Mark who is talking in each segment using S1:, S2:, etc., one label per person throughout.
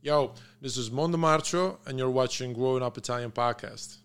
S1: Yo, this is Mondo Marcio, and you're watching Growing Up Italian Podcast.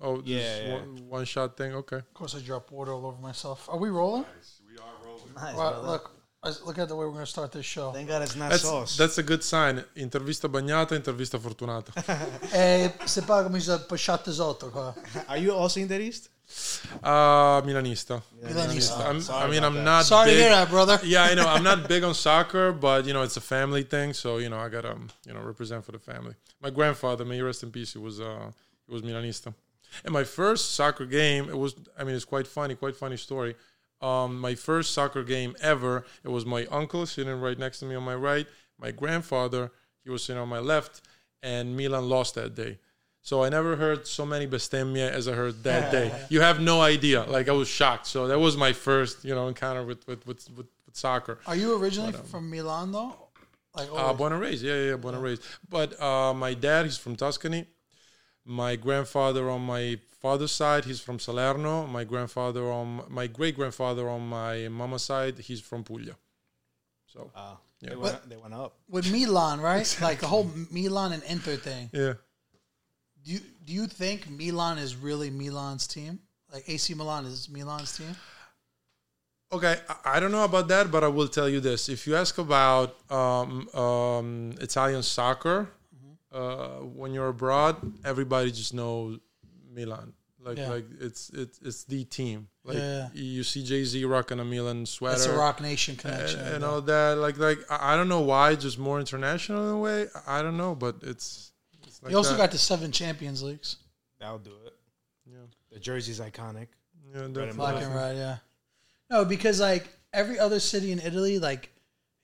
S1: Oh, this
S2: Yeah,
S1: is
S2: yeah.
S1: One, one shot thing. Okay.
S3: Of course, I dropped water all over myself. Are we rolling?
S4: We are rolling.
S2: Nice,
S3: Well,
S2: brother.
S3: look, let's look at the way we're going to start this show.
S2: Thank God it's not
S1: That's,
S2: sauce.
S1: that's a good sign. Intervista bagnata, intervista fortunata.
S3: Eh, se paga mi sa pasciate sotto qua.
S2: Are you also in the East?
S1: Uh, Milanista.
S3: Milanista.
S1: I'm,
S2: Sorry
S1: I mean,
S2: about
S1: I'm
S2: that.
S1: not.
S3: Sorry to
S1: big,
S3: hear that, brother.
S1: Yeah, I know. I'm not big on soccer, but you know, it's a family thing. So you know, I gotta um, you know represent for the family. My grandfather, may he rest in peace. He was uh, he was Milanista. And my first soccer game, it was. I mean, it's quite funny, quite funny story. Um, my first soccer game ever. It was my uncle sitting right next to me on my right. My grandfather, he was sitting on my left, and Milan lost that day. So I never heard so many bestemmia as I heard that day. You have no idea. Like I was shocked. So that was my first, you know, encounter with with with, with, with soccer.
S3: Are you originally from Milan, though? Like, oh,
S1: Uh,
S3: always?
S1: born and raised, yeah, yeah, yeah, born and raised. But uh, my dad, he's from Tuscany. My grandfather on my father's side, he's from Salerno. My grandfather on my great grandfather on my mama's side, he's from Puglia. So
S2: Wow.
S1: Yeah.
S2: They, went, they went up.
S3: with Milan, right? Like the whole Milan and Inter thing.
S1: yeah,
S3: Do you, do you think Milan is really Milan's team? Like AC Milan is Milan's team?
S1: Okay, I- I don't know about that, but I will tell you this. If you ask about um, um, Italian soccer,
S3: Mm-hmm.
S1: uh, when you're abroad, everybody just knows Milan. Like,
S3: Yeah.
S1: like it's it's it's the team. Like
S3: Yeah.
S1: you see Jay Z rocking a Milan sweater
S3: That's a Rock Nation
S1: and,
S3: connection.
S1: and all that. Like like I I don't know why, just more international in a way. I- I don't know, but it's. it's like
S3: you also
S1: that.
S3: got the seven Champions Leagues.
S2: That'll do it.
S1: Yeah.
S2: The jersey's iconic.
S1: Yeah,
S2: and
S1: definitely.
S3: Black and red, yeah. No, because like every other city in Italy, like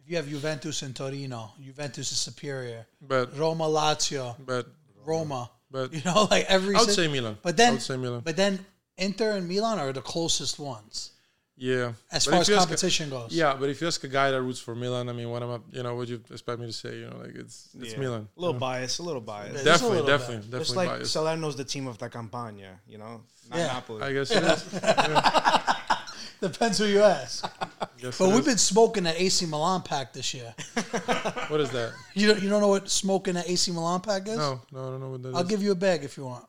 S3: if you have Juventus and Torino, Juventus is superior.
S1: but
S3: Roma, Lazio,
S1: but
S3: Roma.
S1: but
S3: You know, like every.
S1: I would
S3: city-
S1: say Milan.
S3: But
S1: I
S3: then,
S1: would say Milan.
S3: but then, Inter and Milan are the closest ones
S1: yeah,
S3: as
S1: But if
S3: far as
S1: you ask-
S3: competition goes.
S1: Yeah, but if you ask a guy that roots for Milan, I mean, what am I? You know, what do you expect me to say? You know, like it's it's
S2: Yeah.
S1: Milan.
S2: A little bias, a little bias.
S3: There's a
S1: Definitely,
S3: little
S1: definitely, definitely
S2: Just like
S1: biased.
S2: Salerno's the team of the Campania, you know? Not
S3: Yeah.
S2: Napoli.
S1: I guess it is.
S3: Depends who you ask.
S1: Yes,
S3: But
S1: it
S3: we've
S1: is.
S3: been smoking that AC Milan pack this year.
S1: What is that?
S3: You don't, you don't know what smoking that AC Milan pack is?
S1: No, no, I don't know what that is.
S3: I'll give you a bag if you want.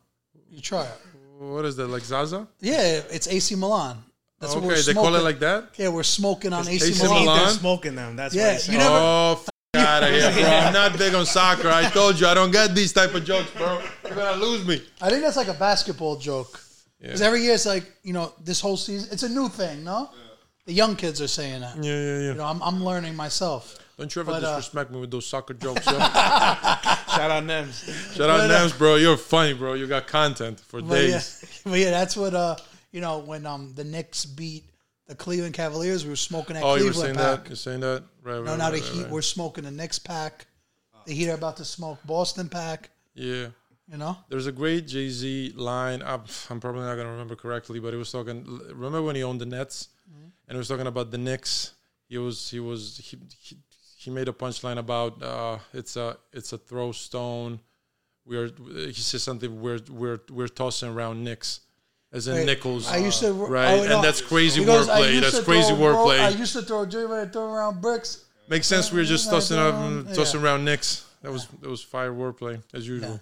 S3: You try it.
S1: what is that? Like Zaza?
S3: Yeah, it's AC Milan. That's what we're
S1: okay, they
S3: smoking.
S1: call it like that.
S3: Yeah, we're smoking on AC,
S1: AC
S2: It's
S3: Milan.
S1: Milan.
S2: Ethan smoking them. That's
S3: Yeah,
S2: what he's
S3: you
S2: saying.
S3: never-
S1: Oh, f- out of here, bro! I'm not big on soccer. I told you, I don't get these type of jokes, bro. You're gonna lose me.
S3: I think that's like a basketball joke. Because every year it's like, you know, this whole season, it's a new thing, no? The young kids are saying that.
S1: Yeah, yeah, yeah.
S3: You know, I'm, I'm learning myself.
S1: Don't you ever
S3: But, uh,
S1: disrespect me with those soccer jokes, yo.
S2: Shout out Nems.
S1: Shout out Nams, bro. You're funny, bro. You got content for
S3: uh, But yeah,
S1: days.
S3: but yeah, that's what, uh, you know, when um the Knicks beat the Cleveland Cavaliers, we were smoking that
S1: Oh, you were
S3: Cleveland
S1: saying
S3: pack.
S1: that? You're saying that? Right, right.
S3: No, now
S1: right,
S3: the
S1: right,
S3: Heat,
S1: right.
S3: we're smoking the Knicks pack. The Heat are about to smoke Boston pack,
S1: Yeah.
S3: you know?
S1: There's a great Jay Z line. I'm, I'm probably not going to remember correctly, but he was talking. Remember when he owned the Nets,
S3: Mm-hmm.
S1: and he was talking about the Knicks. He was he was he he, he made a punchline about uh, it's a it's a throw stone. We're he says something we're we're we're tossing around Knicks, as in
S3: Wait,
S1: nickels,
S3: I used to.
S1: right?
S3: oh, no.
S1: And that's crazy
S3: He goes, I
S1: wordplay.
S3: used
S1: That's
S3: to
S1: crazy
S3: throw a bro- I
S1: wordplay.
S3: used to throw a dream and throw around bricks.
S1: Makes sense. We're just
S3: Yeah,
S1: tossing
S3: yeah.
S1: up, tossing around Knicks. That was that was fire wordplay as usual.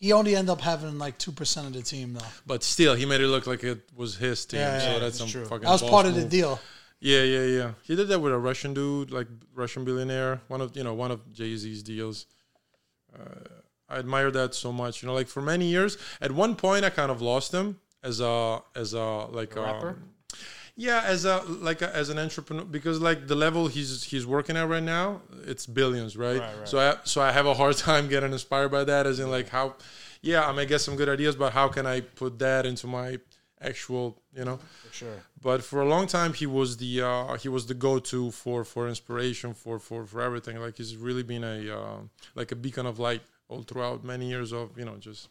S3: He only ended up having like 2% of the team, though.
S1: But still, he made it look like it was his team.
S3: Yeah,
S1: so
S3: yeah,
S1: that's
S2: that's
S1: some
S2: true.
S1: fucking.
S3: That was
S1: boss
S3: part of the
S1: move.
S3: deal.
S1: Yeah, yeah, yeah. He did that with a Russian dude, like Russian billionaire. One of you know one of Jay Z's deals. Uh, I admire that so much. You know, like for many years, at one point I kind of lost him as a as a like a
S2: Rapper?
S1: yeah, as a like a, as an entrepreneur, because like the level he's he's working at right now, it's billions, right?
S2: Right, right.
S1: So I so I have a hard time getting inspired by that, as in like how, yeah, I may get some good ideas, but how can I put that into my actual, you know.
S2: for sure.
S1: But for a long time, he was the uh, he was the go to for for inspiration for for for everything. Like he's really been a uh, like a beacon of light all throughout many years of you know just.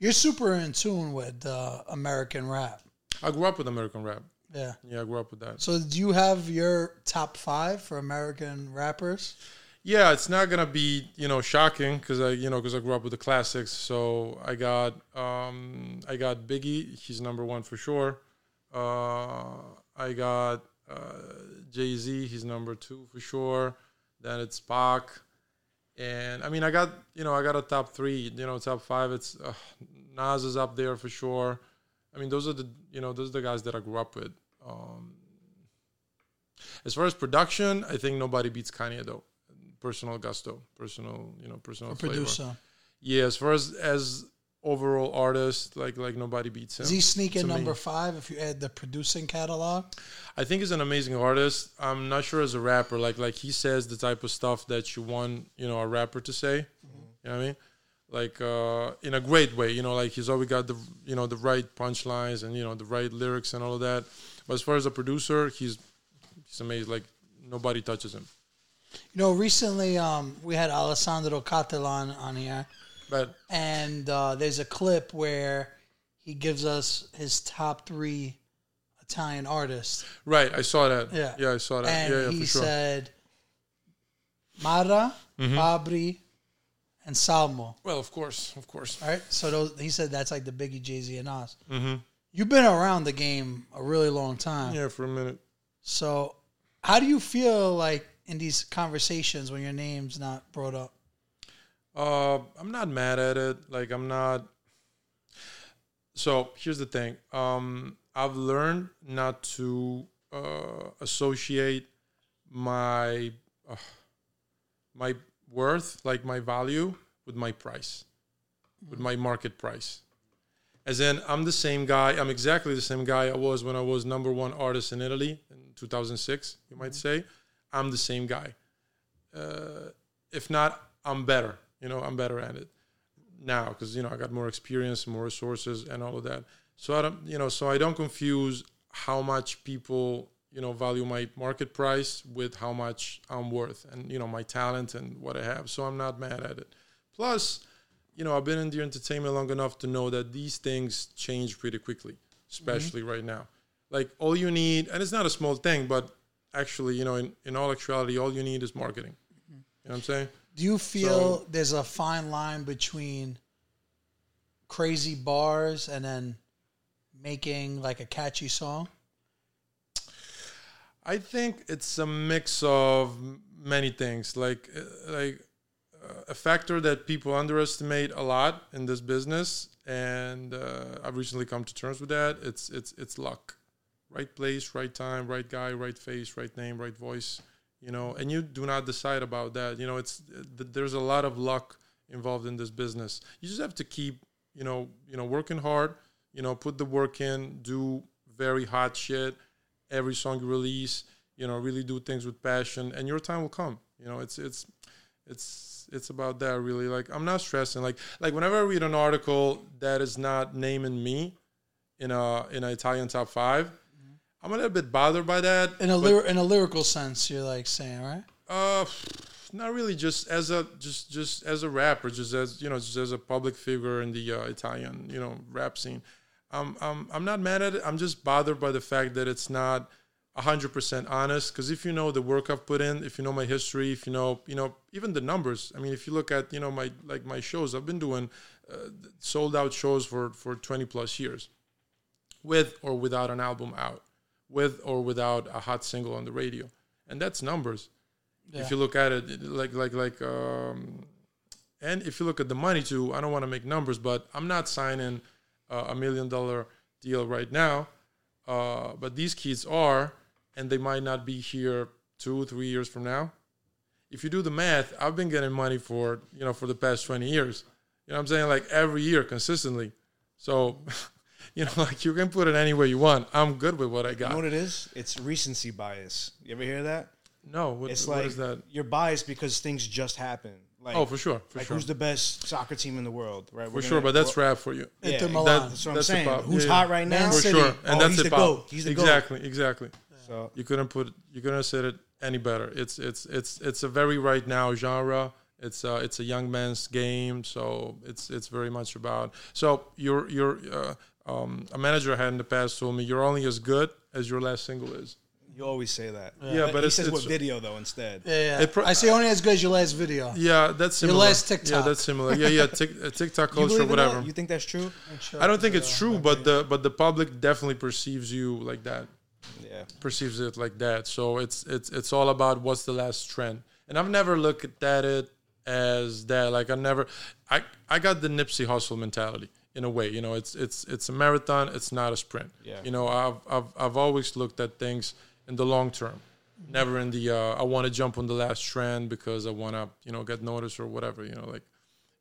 S3: You're super in tune with uh, American rap.
S1: I grew up with American rap.
S3: Yeah.
S1: Yeah, I grew up with that.
S3: So do you have your top five for American rappers?
S1: Yeah, it's not gonna be you know shocking because I you know because I grew up with the classics. So I got um, I got Biggie. He's number one for sure. Uh, I got uh, Jay Z. He's number two for sure. Then it's Pac, and I mean I got you know I got a top three. You know top five. It's uh, Nas is up there for sure. I mean those are the you know those are the guys that I grew up with. Um, as far as production, I think nobody beats Kanye though personal gusto, personal, you know, personal
S3: Or
S1: flavor.
S3: producer?
S1: Yeah, as far as as overall artist, like like nobody beats him.
S3: Does he sneak
S1: to
S3: in
S1: me.
S3: number five if you add the producing catalog?
S1: I think he's an amazing artist. I'm not sure as a rapper, like like he says the type of stuff that you want, you know, a rapper to say.
S3: Mm-hmm.
S1: You know what I mean? Like uh, in a great way, you know, like he's always got the you know the right punchlines and you know the right lyrics and all of that. But as far as a producer, he's he's amazing. Like nobody touches him.
S3: You know, recently um, we had Alessandro Catalan on here,
S1: But
S3: and uh, there's a clip where he gives us his top three Italian artists,
S1: right, I saw that.
S3: Yeah.
S1: yeah, I saw that.
S3: and
S1: yeah, yeah,
S3: he
S1: for sure. Mm-hmm.
S3: said Mara, Fabri, and Salmo.
S1: well, of course, of course.
S3: All right, so those, he said that's like the Biggie, Jay Z, and Nas. You've been around the game a really long time,
S1: Yeah, for a minute.
S3: so how do you feel like in these conversations when your name's not brought up?
S1: Uh, I'm not mad at it. Like I'm not. So here's the thing. Um, I've learned not to uh, associate my uh, my worth, like my value, with my price, with my market price. As in, I'm the same guy. I'm exactly the same guy I was when I was number one artist in Italy in 2006. You might say, I'm the same guy. Uh, if not, I'm better. You know, I'm better at it now because you know I got more experience, more resources, and all of that. So I don't, you know, so I don't confuse how much people you know value my market price with how much I'm worth and you know my talent and what I have. So I'm not mad at it. Plus, you know, I've been in the entertainment long enough to know that these things change pretty quickly, especially right now. Like all you need, and it's not a small thing, but actually, you know, in, in all actuality, all you need is marketing. You know what I'm saying?
S3: Do you feel there's a fine line between crazy bars and then making like a catchy song?
S1: I think it's a mix of many things. Like uh, like uh, a factor that people underestimate a lot in this business, and uh, I've recently come to terms with that. It's it's it's luck, right place, right time, right guy, right face, right name, right voice. You know, and you do not decide about that. You know, it's th- there's a lot of luck involved in this business. You just have to keep you know you know working hard. You know, put the work in, do very hot shit every song you release you know really do things with passion and your time will come you know it's it's it's it's about that really like i'm not stressing like like whenever i read an article that is not naming me in a in an italian top 5 i'm a little bit bothered by that
S3: Mm-hmm. In a
S1: but,
S3: lyri- in a lyrical sense, you're like saying, right?
S1: uh not really just as a just just as a rapper just as you know just as a public figure in the uh, italian you know rap scene I'm, I'm i'm not mad at it i'm just bothered by the fact that it's not 100% honest because if you know the work i've put in if you know my history if you know you know even the numbers i mean if you look at you know my like my shows i've been doing uh, sold out shows for for 20 plus years with or without an album out with or without a hot single on the radio and that's numbers
S3: Yeah.
S1: if you look at it it- like like like um and if you look at the money too i don't want to make numbers but i'm not signing uh, a million dollar deal right now uh but these kids are and they might not be here two three years from now if you do the math i've been getting money for you know for the past 20 years you know what i'm saying like every year consistently so you know like you can put it any way you want i'm good with what i
S2: You know
S1: got
S2: what it is? It's recency bias. You ever hear that?
S1: no what,
S2: It's
S1: what
S2: like
S1: is that
S2: you're biased because things just happened. Like,
S1: Oh, for sure, for
S2: like
S1: sure,
S2: who's the best soccer team in the world, right?
S1: for sure. But that's rap for you.
S2: Yeah,
S3: Inter
S2: that-
S3: Milan.
S2: that's what I'm
S1: That's the
S2: saying.
S1: problem.
S2: Who's
S1: Yeah,
S2: hot right now?
S3: Man
S1: for
S3: City.
S1: sure, and
S2: Oh,
S1: that's
S2: he's the
S1: hip hop.
S2: goat. He's the goat.
S1: exactly, exactly.
S2: So
S1: You couldn't put, you couldn't have said it any better. It's it's it's it's a very right now genre. It's a, it's a young man's game, so it's it's very much about. So your your uh, um, a manager I had in the past told me you're only as good as your last single is.
S2: you always say that.
S1: Yeah, but
S2: he
S1: it's-
S2: says
S1: it's-
S2: what video though instead.
S3: Yeah, yeah.
S1: It pro-
S3: I say only as good as your last video.
S1: Yeah, that's similar.
S3: last
S1: Yeah,
S3: TikTok.
S1: that's similar. Yeah, yeah, Tik uh, TikTok
S2: You believe
S1: culture,
S2: in that?
S1: whatever.
S2: You think that's true?
S1: I don't think it's true, but the but the public definitely perceives you like that.
S2: Yeah.
S1: Perceives it like that. So it's it's it's all about what's the last trend. And I've never looked at it as that. Like I never I I got the Nipsey hustle mentality in a way. You know, it's it's it's a marathon, it's not a sprint.
S2: Yeah.
S1: You know, I've I've I've always looked at things in the long term. Never in the uh, I want to jump on the last trend because I want to, you know, get noticed or whatever, you know, like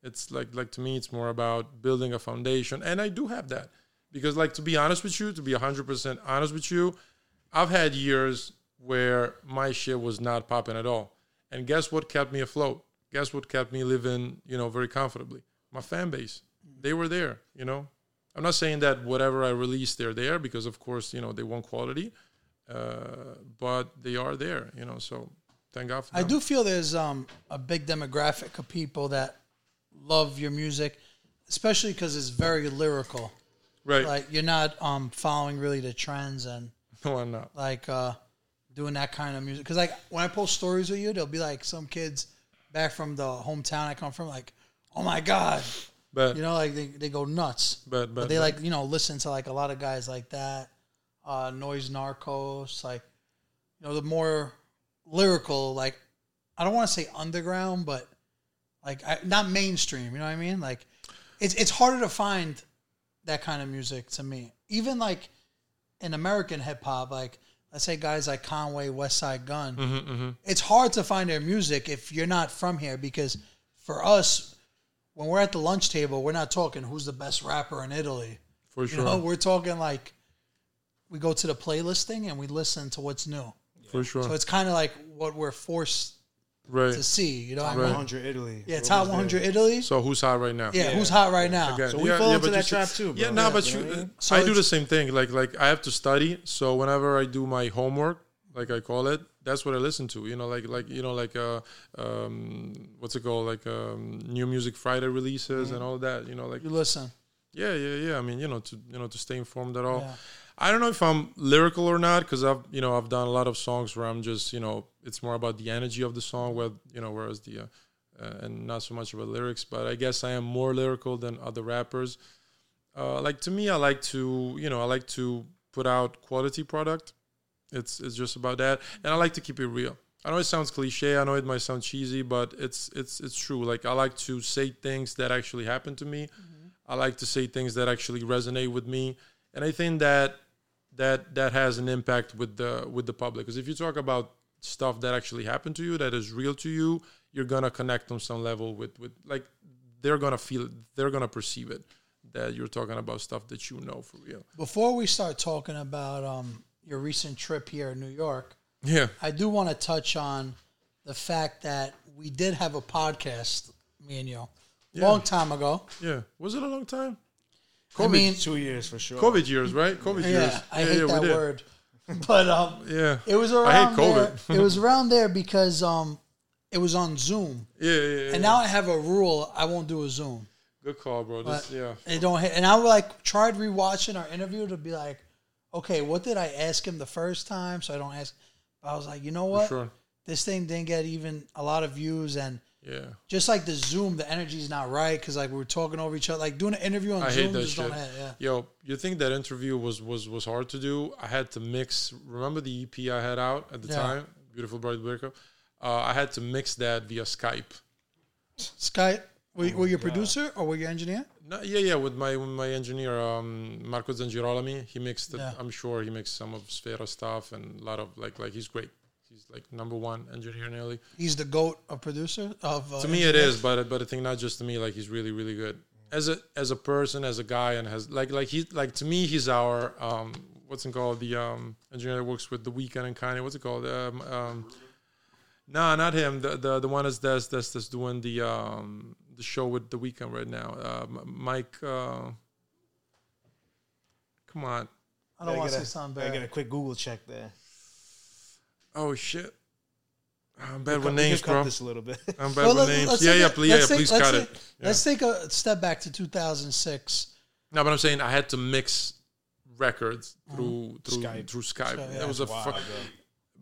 S1: it's like like to me it's more about building a foundation and i do have that because like to be honest with you to be 100% honest with you i've had years where my shit was not popping at all and guess what kept me afloat guess what kept me living you know very comfortably my fan base they were there you know i'm not saying that whatever i release they're there because of course you know they want quality uh, but they are there you know so thank god for
S3: I
S1: them.
S3: do feel there's um, a big demographic of people that love your music, especially because it's very lyrical.
S1: right
S3: Like you're not um, following really the trends and
S1: no i'm not
S3: like uh, doing that kind of music. Because like when I post stories with you, there'll be like some kids back from the hometown I come from, like, oh my god,
S1: but
S3: you know, like they, they go nuts.
S1: but but,
S3: But they like you know listen to like a lot of guys like that, uh, Noise Narcos, like you know the more lyrical like I don't want to say underground, but like I, not mainstream. You know what I mean? Like it's it's harder to find that kind of music to me. Even like in American hip hop, like let's say guys like Conway, West Side Gun,
S1: Mm-hmm,
S3: it's hard to find their music if you're not from here because for us. When we're at the lunch table, we're not talking who's the best rapper in Italy.
S1: for
S3: You
S1: sure
S3: know, we're talking like we go to the playlist thing and we listen to what's new.
S1: for sure
S3: So it's kind of like what we're forced
S1: Right.
S3: to see. You know, what I mean?
S1: Right.
S2: 100 Italy.
S3: yeah,
S2: What
S3: top
S2: was there?
S3: 100 Italy.
S1: So who's hot right now?
S3: yeah, who's hot right now?
S1: Again,
S2: So we fall into
S1: but
S2: that
S1: you see-
S2: trap too,
S1: Yeah,
S2: bro.
S1: no,
S2: Yeah,
S1: but
S2: you
S1: you, uh,
S2: know what I mean?
S3: So
S1: I do the
S3: it's-
S1: same thing. Like like I have to study, so whenever I do my homework, like I call it, that's what I listen to. You know, like like you know like uh um what's it called like um new music Friday releases
S2: Mm-hmm.
S1: and all that. You know, like
S3: You listen.
S1: yeah, yeah, yeah. I mean, you know, to you know, to stay informed at all.
S3: Yeah.
S1: I don't know if I'm lyrical or not because I've you know I've done a lot of songs where I'm just you know it's more about the energy of the song, where you know whereas the uh, uh, and not so much about lyrics. But I guess I am more lyrical than other rappers. Uh, like to me, I like to you know I like to put out quality product. It's it's just about that, and I like to keep it real. I know it sounds cliche. I know it might sound cheesy, but it's it's it's true. Like I like to say things that actually happened to me. I like to say things that actually resonate with me, and I think that that that has an impact with the with the public. Because if you talk about stuff that actually happened to you, that is real to you, you're gonna connect on some level with with like they're gonna feel it, they're gonna perceive it that you're talking about stuff that you know for real.
S3: Before we start talking about um, your recent trip here in New York,
S1: Yeah,
S3: I do want to touch on the fact that we did have a podcast, me and you, long time ago.
S1: yeah. Was it a long time?
S3: I mean,
S2: Two years for sure.
S1: COVID years, right? COVID years.
S3: yeah, I hate that
S1: we did.
S3: word, but um,
S1: Yeah,
S3: It was around.
S1: I hate COVID.
S3: There. it was around there because um, it was on Zoom,
S1: Yeah, yeah, yeah.
S3: and now I have a rule: I won't do a Zoom.
S1: Good call, bro.
S3: But
S1: This, yeah.
S3: It don't. hit. And I like tried rewatching our interview to be like, okay, what did I ask him the first time? So I don't ask. I was like, you know what?
S1: Sure.
S3: This thing didn't get even a lot of views, and
S1: Yeah.
S3: just like the Zoom, the energy's not right because like we were talking over each other. Like doing an interview on
S1: I
S3: Zoom
S1: hate that
S3: just
S1: shit.
S3: don't hit. Yeah.
S1: Yo, you think that interview was was was hard to do? I had to mix. Remember the EP I had out at the
S3: Yeah.
S1: time, beautiful bright breakup. Uh, I had to mix that via Skype.
S3: Skype. Were,
S2: Oh
S3: were you a producer or were you engineer?
S1: No, yeah, yeah, with my with my engineer um, Marco Zangirolami, he mixed. It,
S3: Yeah.
S1: I'm sure he mixed some of Sfera stuff and a lot of like like he's great. He's like number one engineer nearly.
S3: He's the goat of producer of. Uh,
S1: to me it is but but I think not just to me like he's really really good as a as a person as a guy and has like like he like to me he's our um what's it called the um engineer that works with the weekend and Kanye what's it called um, um Nah, not him. The the, the one is that's that's that's doing the um the show with the weekend right now. Uh, M- Mike. Uh, come on.
S3: I don't
S2: Gotta
S3: want
S2: get
S3: to
S2: a-
S3: say something
S2: gotta
S3: bad.
S2: get a quick Google check there.
S1: Oh shit. I'm bad
S2: Cut-
S1: with
S2: we can
S1: names,
S2: cut
S1: bro.
S2: This a little bit.
S1: I'm bad
S3: Well,
S1: with
S3: let-
S1: names.
S3: let's
S1: Yeah,
S3: take
S1: yeah,
S3: a-
S1: please, yeah,
S3: let's take-
S1: please
S3: let's
S1: cut it.
S3: take- Let's take a step back to 2006.
S1: No, but I'm saying I had to mix records through through
S2: Skype.
S1: through Skype.
S3: Mm-hmm. Skype,
S1: That was a
S2: Wow,
S1: fuck.
S2: bro.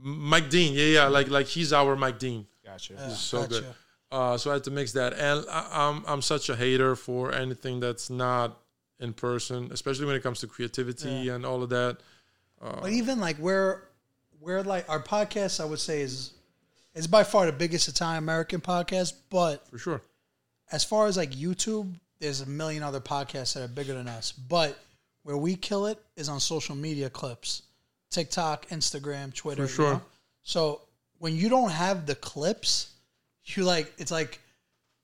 S1: Mike Dean. Yeah, yeah, like like he's our Mike Dean.
S2: Gotcha.
S1: so good. Uh, so I had to mix that, and I, I'm I'm such a hater for anything that's not in person, especially when it comes to creativity
S3: Yeah.
S1: and all of that.
S3: But even like where where like our podcast, I would say is is by far the biggest Italian American podcast. But
S1: For sure,
S3: as far as like YouTube, there's a million other podcasts that are bigger than us. But where we kill it is on social media clips, TikTok, Instagram, Twitter.
S1: For sure.
S3: you know? So when you don't have the clips, you like it's like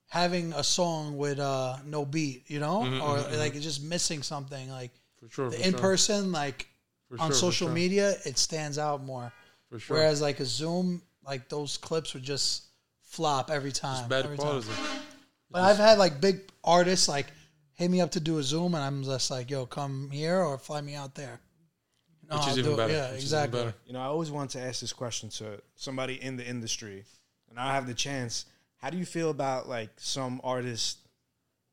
S3: having a song with uh no beat, you know, or like it's just missing something. Like
S1: for sure. Mm-hmm, for
S3: the in
S1: sure,
S3: person, like
S1: for
S3: on
S1: sure, for
S3: social
S1: sure,
S3: media, it stands out more.
S1: For sure,
S3: Whereas like a Zoom, like those clips would just flop every time.
S1: bad
S3: every time.
S1: quality.
S3: But I've had like big artists like hit me up to do a Zoom, and I'm just like, "Yo, come here or fly me out there." No,
S1: Which
S3: I'll
S1: is
S3: do
S1: even
S3: it.
S1: better.
S3: Yeah,
S1: which is even
S3: exactly.
S1: better.
S2: You know, I always wanted to ask this question to somebody in the industry, and I have the chance. How do you feel about like some artists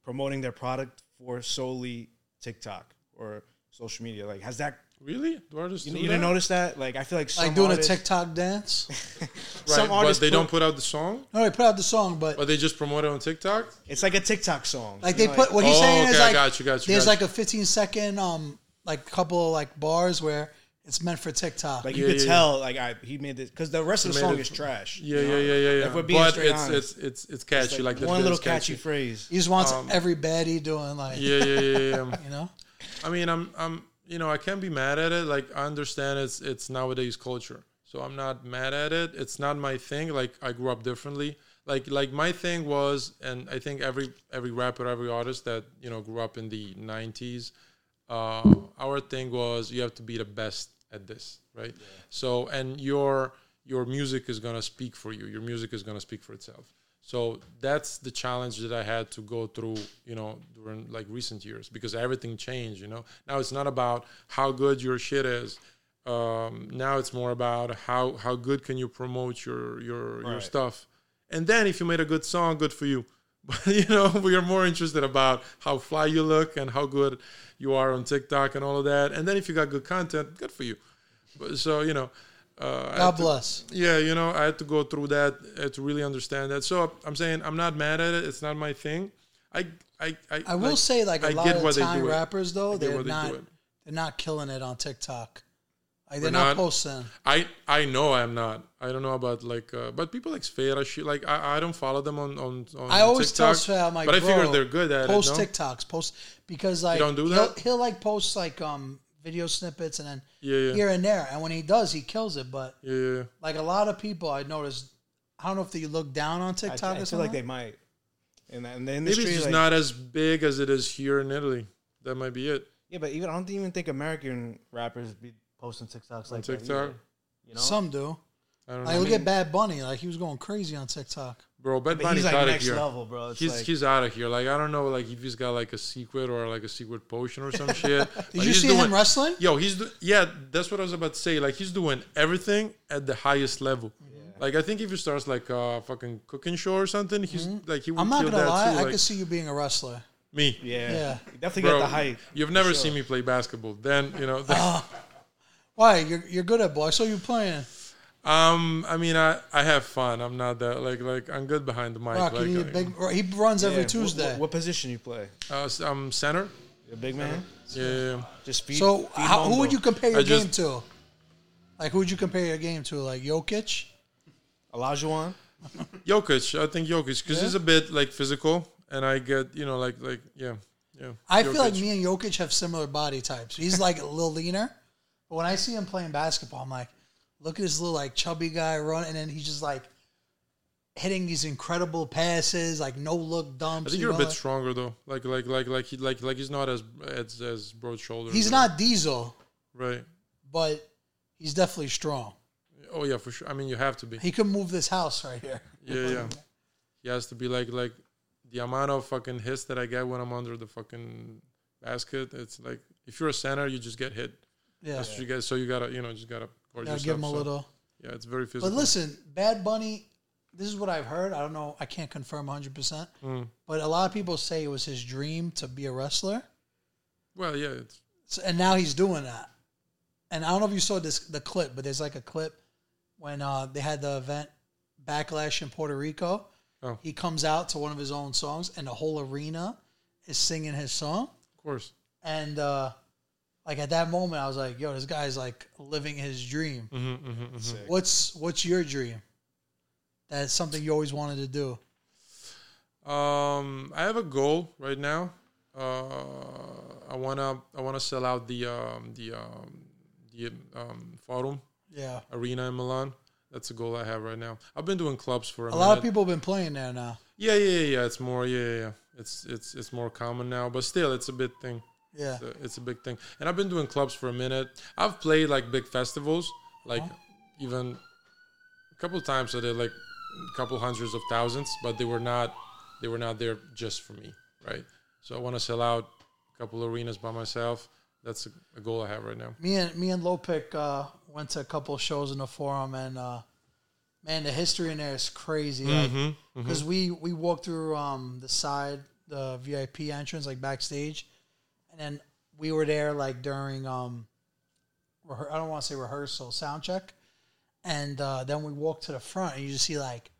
S2: promoting their product for solely TikTok or social media? Like, has that
S1: Really? Do artists
S2: you,
S1: do
S2: you
S1: that?
S2: didn't notice that? Like, I feel like some
S3: Like doing
S2: artists,
S3: a TikTok dance.
S1: Right,
S2: some
S1: but
S2: artists
S1: they
S2: put-
S1: don't put out the song,
S3: No, they put out the song, but
S1: but they just promote it on TikTok.
S2: It's like a TikTok song.
S3: like
S2: You
S3: they
S2: know,
S3: put what he's
S1: Oh,
S3: saying is
S1: okay, I
S3: like
S1: got you, got you,
S3: there's
S1: got
S3: like a 15 second um like couple of like bars where it's meant for TikTok.
S2: Like you
S1: Yeah,
S2: could
S1: yeah,
S2: tell, like I he made this because the rest of the
S1: made
S2: song
S1: it
S2: is
S1: for-
S2: trash.
S1: Yeah, yeah, yeah, yeah, yeah.
S2: If we're being
S1: but
S2: straight
S1: it's, it's
S2: honest,
S1: it's it's catchy. like the
S2: one
S1: beat's
S2: little catchy, phrase.
S3: he just wants every baddie doing like
S1: um, Yeah, yeah, yeah, yeah. yeah.
S3: you know.
S1: I mean, I'm, I'm, you know, I can't be mad at it. Like, I understand it's, it's nowadays culture, so I'm not mad at it. It's not my thing. Like, I grew up differently. Like, like my thing was, and I think every, every rapper, every artist that you know grew up in the '90s, uh, our thing was you have to be the best at this, right? So, and your, your music is gonna speak for you. Your music is gonna speak for itself. So that's the challenge that I had to go through, you know, during like recent years because everything changed, you know. Now it's not about how good your shit is. Um, now it's more about how how good can you promote your your your
S2: Right.
S1: stuff. And then if you made a good song, good for you. But you know, we are more interested about how fly you look and how good you are on TikTok and all of that. And then if you got good content, good for you. But so, you know, uh, I
S3: God
S1: had to-
S3: bless.
S1: yeah, you know, I had to go through that uh, to really understand that. So I'm saying I'm not mad at it. It's not my thing. I I I,
S3: I will
S1: like,
S3: say, like a
S1: I
S3: lot
S1: get
S3: of
S1: why they
S3: Italian
S1: do it.
S3: rappers, though,
S1: get
S3: they're
S1: why they do
S3: not
S1: it.
S3: they're not killing it on TikTok. Like they're
S1: We're
S3: not,
S1: not.
S3: posting.
S1: I I know I'm not. I don't know about like, uh, but people like Sfera, she like I, I don't follow them on on. on
S3: I always tell
S1: TikTok,
S3: Sfera, I'm like,
S1: but I figured
S3: "Bro,
S1: they're good at
S3: Post
S1: it. No?
S3: TikToks, post because like
S1: don't do
S3: he'll,
S1: that?
S3: he'll like post like um video snippets and then
S1: Yeah, yeah.
S3: here and there, and when he does, he kills it. But
S1: Yeah, yeah, yeah.
S3: like a lot of people, I noticed, I don't know if they look down on
S2: I,
S3: TikTok
S2: I
S3: or
S2: feel
S3: something.
S2: like they might. And in the
S1: maybe
S2: industry,
S1: it's just
S2: like-
S1: not as big as it is here in Italy. That might be it.
S2: yeah, but even I don't even think American rappers be posting TikToks like that
S1: TikTok?
S2: either, you know,
S3: Some do.
S1: I don't know,
S3: Like look at Bad Bunny, like he was going crazy on TikTok.
S1: bro. Bad
S2: but he's
S1: Bunny's
S2: like
S1: out of
S2: next
S1: here.
S2: level, bro. It's
S1: He's
S2: like,
S1: he's out of here. Like I don't know, like if he's got like a secret or like a secret potion or some shit.
S3: Did you see him wrestling?
S1: Yo, he's do- yeah. That's what I was about to say. Like he's doing everything at the highest level. Like I think if he starts like a fucking cooking show or something, he's like he would
S3: Mm-hmm. I'm not
S1: kill
S3: gonna
S1: that
S3: lie,
S1: too.
S3: I
S1: Like
S3: could see you being a wrestler.
S1: me,
S2: yeah,
S3: Yeah.
S2: You definitely
S1: bro.
S2: got the hype.
S1: You've never seen me play basketball. Then you know.
S3: Why? You're you're good at ball. I saw you playing.
S1: um, I mean, I I have fun. I'm not that like like I'm good behind the mic.
S3: Rock,
S1: like, uh,
S3: you need a
S1: like,
S3: big. He runs
S2: Yeah,
S3: every
S2: what-
S3: Tuesday.
S2: What, what position you play?
S1: uh, I'm center.
S2: You're a big man.
S1: Yeah, yeah, yeah.
S2: Just feed.
S3: so,
S2: feed
S3: how, who
S2: Mongo.
S3: would you compare your
S1: I just-
S3: game to? Like, who would you compare your game to? Like Jokic.
S2: Olajuwon.
S1: Jokic, I think Jokic, because he's a bit like physical, and I get you know like like yeah yeah.
S3: I feel like
S1: Jokic.
S3: me and Jokic have similar body types. He's like a little leaner, but when I see him playing basketball, I'm like, look at this little like chubby guy running, and then he's just like hitting these incredible passes, like no look
S1: I
S3: dumps.
S1: think
S3: you
S1: you're a
S3: know,
S1: bit
S3: like-
S1: stronger though. Like like like like he like like he's not as as as broad shoulders.
S3: he's not Diesel,
S1: right.
S3: but he's definitely strong.
S1: oh yeah, for sure. I mean, you have to be.
S3: He could move this house right here.
S1: Yeah, yeah. He has to be like like the amount of fucking hits that I get when I'm under the fucking basket. It's like if you're a center, you just get hit.
S3: Yeah,
S1: That's what you get. So you gotta you know just gotta guard
S3: gotta
S1: yourself.
S3: give him a
S1: So,
S3: little.
S1: Yeah, it's very physical.
S3: But listen, Bad Bunny. This is what I've heard. I don't know. I can't confirm 100, percent but a lot of people say it was his dream to be a wrestler,
S1: well, yeah, it's
S3: so, and now he's doing that. And I don't know if you saw this the clip, but there's like a clip when uh, they had the event Backlash in Puerto Rico.
S1: Oh.
S3: He comes out to one of his own songs, and the whole arena is singing his song.
S1: of course.
S3: And uh, like at that moment, I was like, "Yo, this guy's like living his dream."
S2: Sick.
S3: What's What's your dream? That's something you always wanted to do.
S1: Um, I have a goal right now. Uh, I wanna I wanna sell out the um, the um, the um, forum
S3: Yeah,
S1: arena in Milan. That's a goal I have right now. I've been doing clubs for a,
S3: a lot of
S1: minute.
S3: people have been playing there now.
S1: Yeah, yeah, yeah, yeah. It's more. Yeah, yeah, yeah. It's it's it's more common now, but still, it's a big thing.
S3: Yeah,
S1: It's a, it's a big thing. And I've been doing clubs for a minute. I've played like big festivals, like even a couple times. So they're like a couple hundreds of thousands, but they were not they were not there just for me, right? So I want to sell out a couple arenas by myself. That's a, a goal I have right now.
S3: me and me and Lopik uh, went to a couple shows in the forum, and uh, man, the history in there is crazy.
S1: Mm-hmm.
S3: Because we we walked through um, the side, the VIP entrance, like backstage, and then we were there like during um, rehe- I don't want to say rehearsal, sound check, and uh, then we walked to the front, and you just see like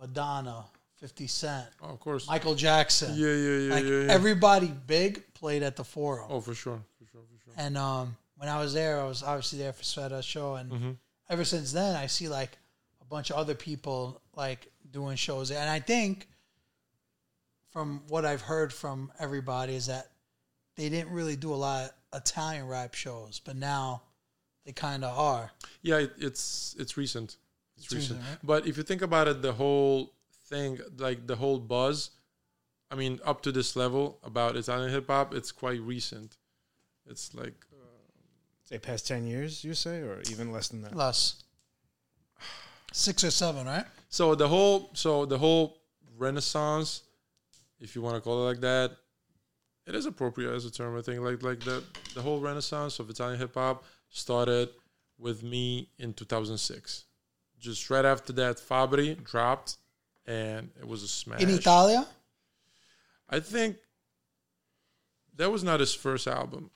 S3: Madonna, Fifty Cent,
S1: Oh, of course.
S3: Michael Jackson,
S1: yeah, yeah, yeah,
S3: like
S1: yeah. yeah.
S3: everybody big played at the forum.
S1: oh, for sure, for sure, for sure.
S3: And um, when I was there, I was obviously there for Sveta show, and ever since then, I see like a bunch of other people like doing shows. And I think, from what I've heard from everybody, is that they didn't really do a lot of Italian rap shows, but now they kind of are.
S1: Yeah, it, it's it's recent. It's, recent.
S3: recent, right?
S1: But if you think about it, the whole thing, like the whole buzz, I mean, up to this level about Italian hip hop, it's quite recent. It's like
S2: Say past ten years, you say, or even less than that.
S3: Less six or seven, right?
S1: so the whole so the whole renaissance, if you want to call it like that, it is appropriate as a term. I think like like the the whole renaissance of Italian hip hop started with me in 2006. Just right after that, Fabri dropped, and it was a smash.
S3: In Italia,
S1: I think that was not his first album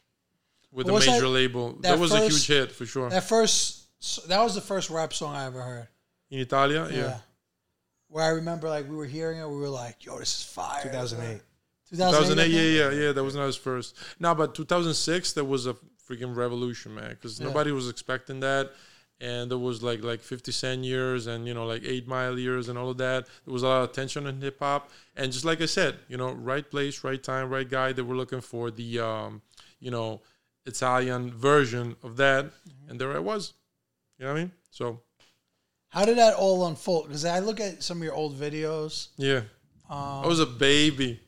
S1: with
S3: What was
S1: a major
S3: that-
S1: label. That,
S3: that
S1: was a huge
S3: first-
S1: hit for sure.
S3: that first that was the first rap song I ever heard.
S1: In Italia, yeah.
S3: Where I remember, like we were hearing it, we were like, "Yo, this is fire!"
S2: 2008.
S3: uh,
S1: 2008,
S3: 2008,
S1: yeah, yeah, yeah. That was not his first. No, but 2006, that was a freaking revolution, man, because nobody was expecting that. And there was like like 50 Cent years and you know like Eight Mile years and all of that. There was a lot of tension in hip hop. And just like I said, you know, right place, right time, right guy. They were looking for the um, you know Italian version of that, and there I was. You know what I mean? So
S3: How did that all unfold? Because I look at some of your old videos.
S1: yeah, I was a baby.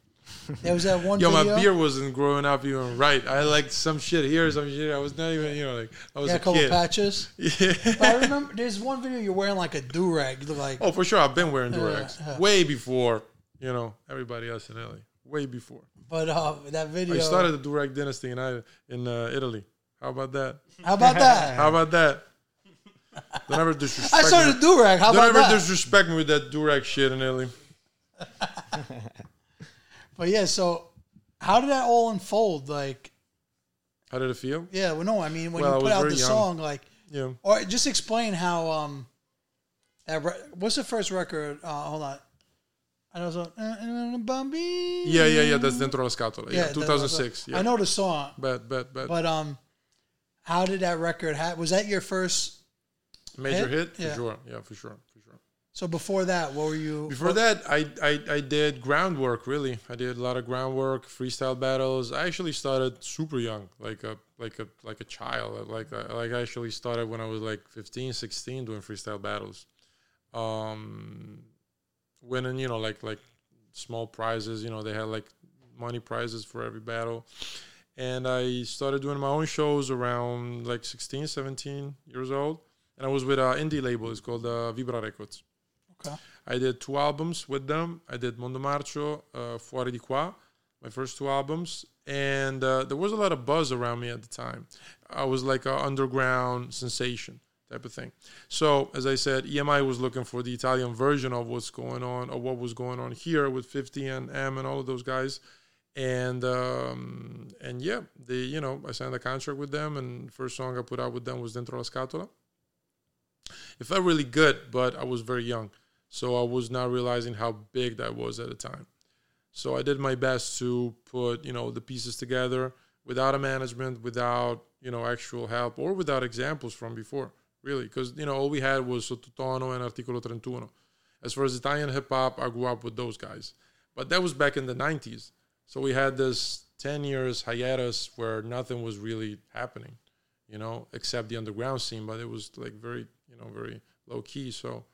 S3: There was that one
S1: Yo, my
S3: video.
S1: beard wasn't growing up even right. I like some shit here, some shit. Here. I was not even, you know, like I was
S3: yeah,
S1: a
S3: a couple
S1: kid.
S3: patches.
S1: Yeah.
S3: But I remember there's one video you're wearing like a do rag. You look like
S1: Oh, for sure. I've been wearing Durex
S3: Yeah, yeah.
S1: way before, you know, everybody else in LA. Way before.
S3: but uh, that video.
S1: I Oh, started the Durex dynasty in I, in uh, Italy. How about that?
S3: How about that?
S1: How about that? Don't ever disrespect.
S3: I started
S1: Me.
S3: do rag. How
S1: Don't
S3: about
S1: ever
S3: that?
S1: disrespect me with that Durex shit in Italy.
S3: But yeah, so how did that all unfold? Like,
S1: How did it feel?
S3: yeah, well, no, I mean when
S1: Well, I
S3: you put
S1: was
S3: out
S1: very
S3: the
S1: young.
S3: song, like,
S1: Yeah.
S3: or just explain how um, that re- what's the first record? Uh, hold on, I "Eh, know. So,
S1: Yeah, yeah, yeah. That's Dentro la Scatola. Yeah,
S3: that-
S1: 2006. Yeah.
S3: I know the song.
S1: Bad, bad, bad.
S3: But um, how did that record? Ha- was that your first?
S1: Major hit?
S3: hit?
S1: For
S3: Yeah.
S1: sure. Yeah, for sure. For sure.
S3: So before that, what were you?
S1: Before that, I, I I did groundwork. Really, I did a lot of groundwork, freestyle battles. I actually started super young, like a like a like a child. Like I- like I actually started when I was like 15, 16 doing freestyle battles, um, winning you know like like small prizes. You know they had like money prizes for every battle, and I started doing my own shows around like 16, 17 years old. and I was with an indie label. It's called uh, Vibra Records.
S3: Okay.
S1: I did two albums with them. I did Mondo Marcio, uh, Fuori di Qua, my first two albums, and uh, there was a lot of buzz around me at the time. I was like an underground sensation type of thing. So, as I said, EMI was looking for the Italian version of what's going on or what was going on here with 50 and M and all of those guys. And um, and yeah, they you know I signed a contract with them, and first song I put out with them was Dentro la Scatola. It felt really good, but I was very young, so I was not realizing how big that was at the time. So I did my best to put, you know, the pieces together without a management, without, you know, actual help or without examples from before, really. Because, you know, all we had was Sottotono and Articolo 31. As far as Italian hip hop, I grew up with those guys. But that was back in the 90s. So we had this 10 years hiatus where nothing was really happening, you know, except the underground scene. But it was like very, you know, very low key. So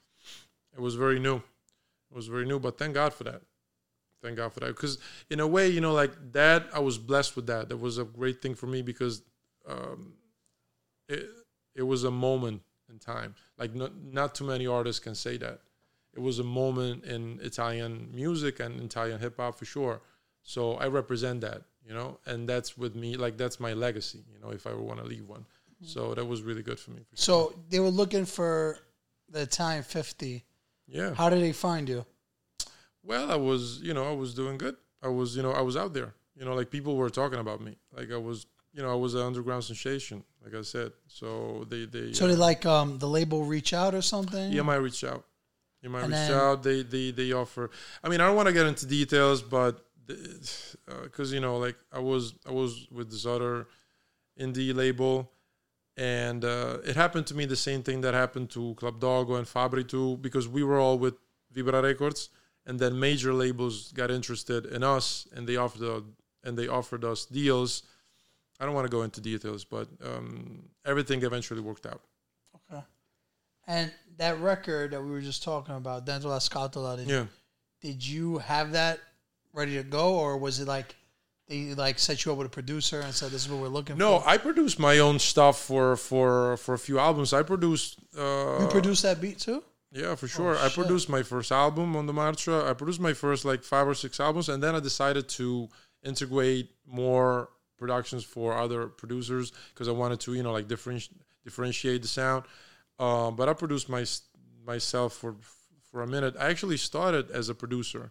S1: it was very new. It was very new. But thank God for that thank God for that. Because in a way, you know, like that, I was blessed with that. That was a great thing for me because um, it it was a moment in time. Like not not too many artists can say that. It was a moment in Italian music and Italian hip hop for sure. So I represent that, you know, and that's with me. Like that's my legacy, you know, if I want to leave one. So that was really good for me. For sure.
S3: So they were looking for the Italian 50.
S1: Yeah.
S3: How did they find you?
S1: well i was you know i was doing good i was you know i was out there you know like people were talking about me like i was you know i was an underground sensation like i said so they they
S3: So
S1: uh,
S3: did like um, the label reach out or something?
S1: emi reached out emi
S3: And
S1: reached
S3: then-
S1: out they they they offer i mean i don't want to get into details but because you know like i was i was with this other indie label and uh, it happened to me the same thing that happened to club dogo and fabri too because we were all with vibra records and then major labels got interested in us and they offered uh, and they offered us deals i don't want to go into details but um, everything eventually worked out
S3: Okay. And that record that we were just talking about, Dentro La Scatola, did,
S1: yeah
S3: did you have that ready to go or was it like they like set you up with a producer and said this is what we're looking
S1: no
S3: for?
S1: i produced my own stuff for for for a few albums i produced uh,
S3: You produced that beat too?
S1: yeah for sure i
S3: shit.
S1: produced my first album on the marcha i produced my first like five or six albums and then i decided to integrate more productions for other producers because i wanted to you know like differenti- differentiate the sound um, but i produced my myself for for a minute i actually started as a producer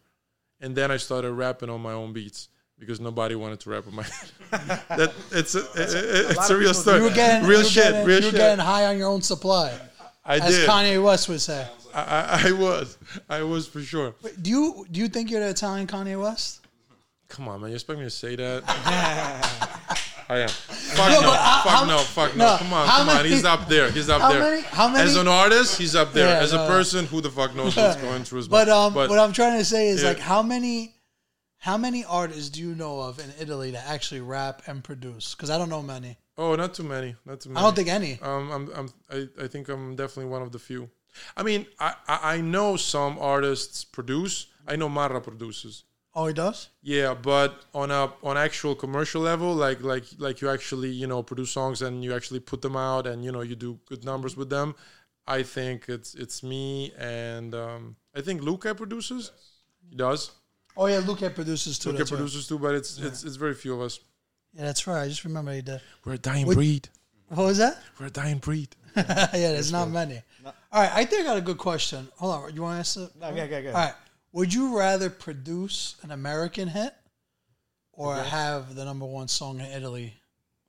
S1: and then i started rapping on my own beats because nobody wanted to rap on my that it's a, it's a real story
S3: You were getting
S1: real
S3: you were
S1: shit
S3: getting-
S1: real
S3: you were
S1: shit
S3: getting high on your own supply,
S1: i
S3: as
S1: did
S3: Kanye West would say.
S1: I, I- I was. I was for sure.
S3: Wait, do you do you think you're the Italian Kanye West?
S1: Come on, man. You expect me to say that? I am. Fuck
S3: No,
S1: no.
S3: but how-
S1: fuck
S3: how-
S1: no. Fuck no.
S3: no,
S1: Come on.
S3: how
S1: Come on.
S3: many-
S1: He's up there. He's up
S3: how
S1: there.
S3: many- how
S1: As
S3: many-
S1: an artist, he's up there.
S3: Yeah,
S1: As a
S3: no.
S1: person, who the fuck knows what's going through his
S3: But um,
S1: mind.
S3: what I'm trying to say is
S1: Yeah.
S3: like how many how many artists do you know of in Italy that actually rap and produce? Because I don't know many.
S1: oh, not too many. Not too many.
S3: I don't think any.
S1: Um, I'm, I'm, I, I think I'm definitely one of the few. I mean, I, I, I know some artists produce. I know Mara produces.
S3: Oh, he does.
S1: Yeah, but on a on actual commercial level, like like like you actually you know produce songs and you actually put them out and you know you do good numbers with them. I think it's it's me and um, I think Luca produces. He does.
S3: Oh yeah, Luca produces too.
S1: Luca
S3: that's right.
S1: produces too, but it's it's it's very few of us.
S3: Yeah, that's right. I just remember he did.
S1: We're a dying
S3: Would-
S1: breed.
S3: What was that?
S1: We're a dying breed.
S3: yeah, there's not many. All right, I think I got a good question. Hold on, you want to ask it?
S2: No, yeah, yeah, yeah.
S3: All right. Would you rather produce an American hit or have the number one song in Italy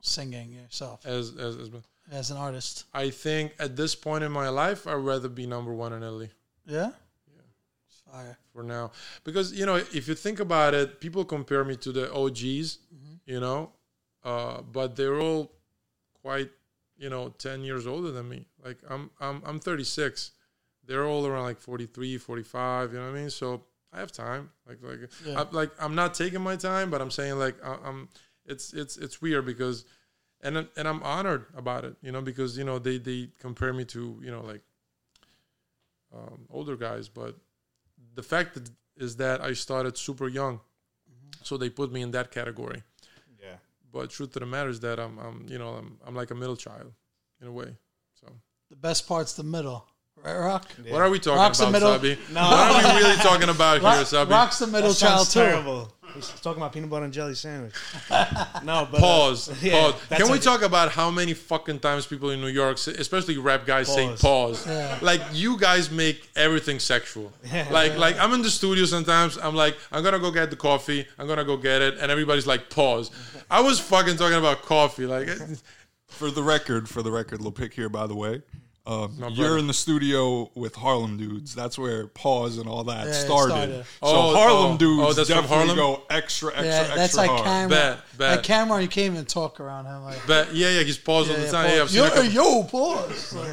S3: singing yourself
S1: As, as as
S3: as an artist?
S1: I think at this point in my life, I'd rather be number one in Italy.
S3: Yeah? Yeah. All right.
S1: for now because you know if you think about it people compare me to the og's you know uh, but they're all quite you know 10 years older than me like i'm i'm, I'm 36 they're all around like 43 45 you know what i mean so i have time like like
S3: Yeah.
S1: I, like i'm not taking my time but i'm saying like I, i'm it's it's it's weird because and I'm- and i'm honored about it you know because you know they they compare me to you know like um, older guys but the fact that, is that I started super young, so they put me in that category.
S2: yeah.
S1: But truth of the matter is that I'm, I'm you know, I'm, I'm like a middle child in a way. So
S3: The best part's the middle, right, Rock?
S1: What are we talking
S3: Rock's the
S1: about,
S3: middle-
S1: Sabi? What are we really talking about
S3: Rock-
S1: here, Sabi?
S3: Rock's the middle child
S2: sounds
S3: too.
S2: terrible. He's talking about peanut butter and jelly sandwich. no, but uh,
S1: Pause.
S2: yeah,
S1: pause.
S2: that's
S1: Can we
S2: a-
S1: talk about how many fucking times people in New York, say- especially rap guys, say
S2: Pause.
S1: pause?
S3: Yeah.
S1: Like you guys make everything sexual. Like like I'm in the studio sometimes. I'm like I'm gonna go get the coffee. I'm gonna go get it, and everybody's like pause. I was fucking talking about coffee. Like it-
S4: For the record, for the record, little pick here, by the way. Um, you're
S1: brother.
S4: in the studio with Harlem dudes. That's where pause and all that
S3: Yeah, it
S4: started.
S3: started.
S4: So
S1: Oh,
S4: Harlem
S1: oh,
S4: dudes
S1: oh, that's from
S4: definitely
S1: Harlem?
S4: go extra, extra,
S3: Yeah,
S4: extra
S3: that's like
S4: hard.
S3: Cameron.
S1: Bad, bad.
S3: Like Cameron, you can't even talk around him. Like,
S1: but yeah yeah he's paused all the time. Yeah, I've
S3: pause.
S1: seen a
S3: yo,
S1: couple-
S3: yo, pause. Like,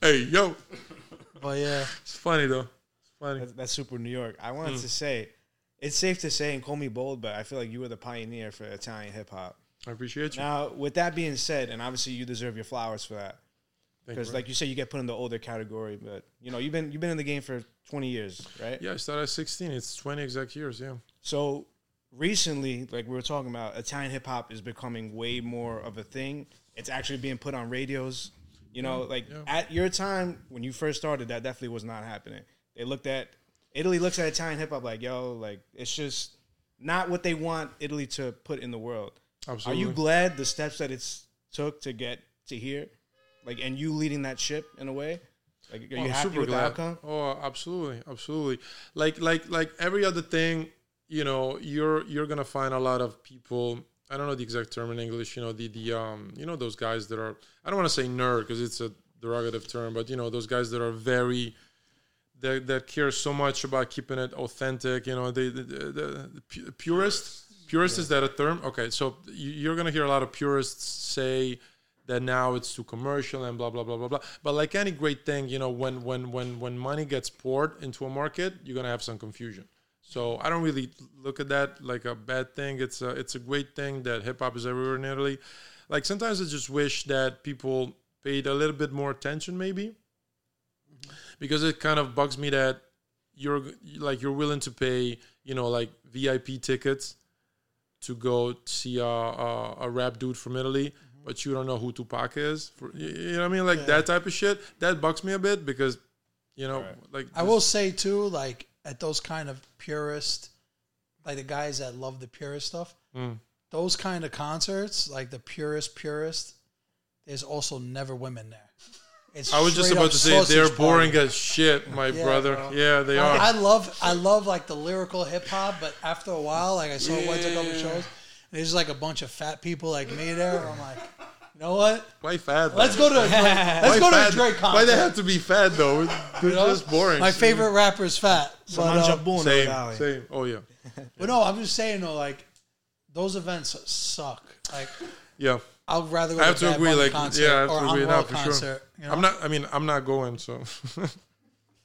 S1: hey yo,
S3: but yeah,
S1: it's funny though. It's funny.
S2: That's, that's super New York. I
S1: Hmm.
S2: wanted to say, it's safe to say, and call me bold, but I feel like you were the pioneer for Italian hip hop.
S1: I appreciate you.
S2: Now, with that being said, and obviously you deserve your flowers for that,
S1: Thank you,
S2: because
S1: bro.
S2: like you said, you get put in the older category. But you know, you've been you've been in the game for twenty years, right?
S1: yeah, I started at 16. It's 20 exact years. Yeah.
S2: So recently, like we were talking about, Italian hip hop is becoming way more of a thing. It's actually being put on radios. You know, like at your time when you first started, that definitely was not happening. They looked at Italy looks at Italian hip hop like, yo, like it's just not what they want Italy to put in the world.
S1: Absolutely.
S2: Are you glad the steps that it's took to get to here? Like and you leading that ship in a way? Like are you
S1: Oh, I'm
S2: happy with the outcome?
S1: Oh, absolutely, absolutely. Like like like every other thing, you know, you're you're gonna find a lot of people. I don't know the exact term in English. You know the the um you know those guys that are I don't want to say nerd because it's a derogative term, but you know those guys that are very that that care so much about keeping it authentic. You know they the, the, the pu- purist. Purist is that a term? Okay, so you, you're gonna hear a lot of purists say that now it's too commercial and blah blah blah blah blah. But like any great thing, you know, when when when when money gets poured into a market, you're gonna have some confusion. So I don't really look at that like a bad thing. It's a it's a great thing that hip hop is everywhere in Italy. Like sometimes I just wish that people paid a little bit more attention, maybe, because it kind of bugs me that you're like you're willing to pay, you know, like VIP tickets to go see a, a, a rap dude from Italy, but you don't know who Tupac is. For, you, you know what I mean? Like that type of shit. That bugs me a bit because, you know, like
S3: I will say too, like at those kind of purist, like the guys that love the purist stuff,
S1: Mm.
S3: those kind of concerts, like the purist purist, there's also never women there. It's
S1: I was just
S3: straight
S1: about
S3: up
S1: to say they're
S3: sausage party.
S1: boring as shit, my brother.
S3: bro.
S1: Yeah, they are.
S3: I love I love like the lyrical hip hop, but after a while, like I saw went to a couple shows, and there's like a bunch of fat people like me there. and I'm like, you know what?
S1: Why fat?
S3: Let's go to a Drake, let's go to a Drake
S1: Why they
S3: concert.
S1: have to be fat though? They're
S3: you know?
S1: just boring.
S3: My favorite rapper is Fat. But, uh,
S2: Mangia buono,
S1: Same,
S2: dai.
S1: same. Oh yeah,
S3: but no, I'm just saying though, like those events suck. Like
S1: yeah.
S3: I'd rather go
S1: I have to
S3: Bad
S1: agree.
S3: Bunny
S1: Like
S3: concert
S1: yeah, I have
S3: or
S1: to agree.
S3: Unwell
S1: No, for
S3: concert.
S1: sure.
S3: You know?
S1: I'm not. I mean, I'm not going. So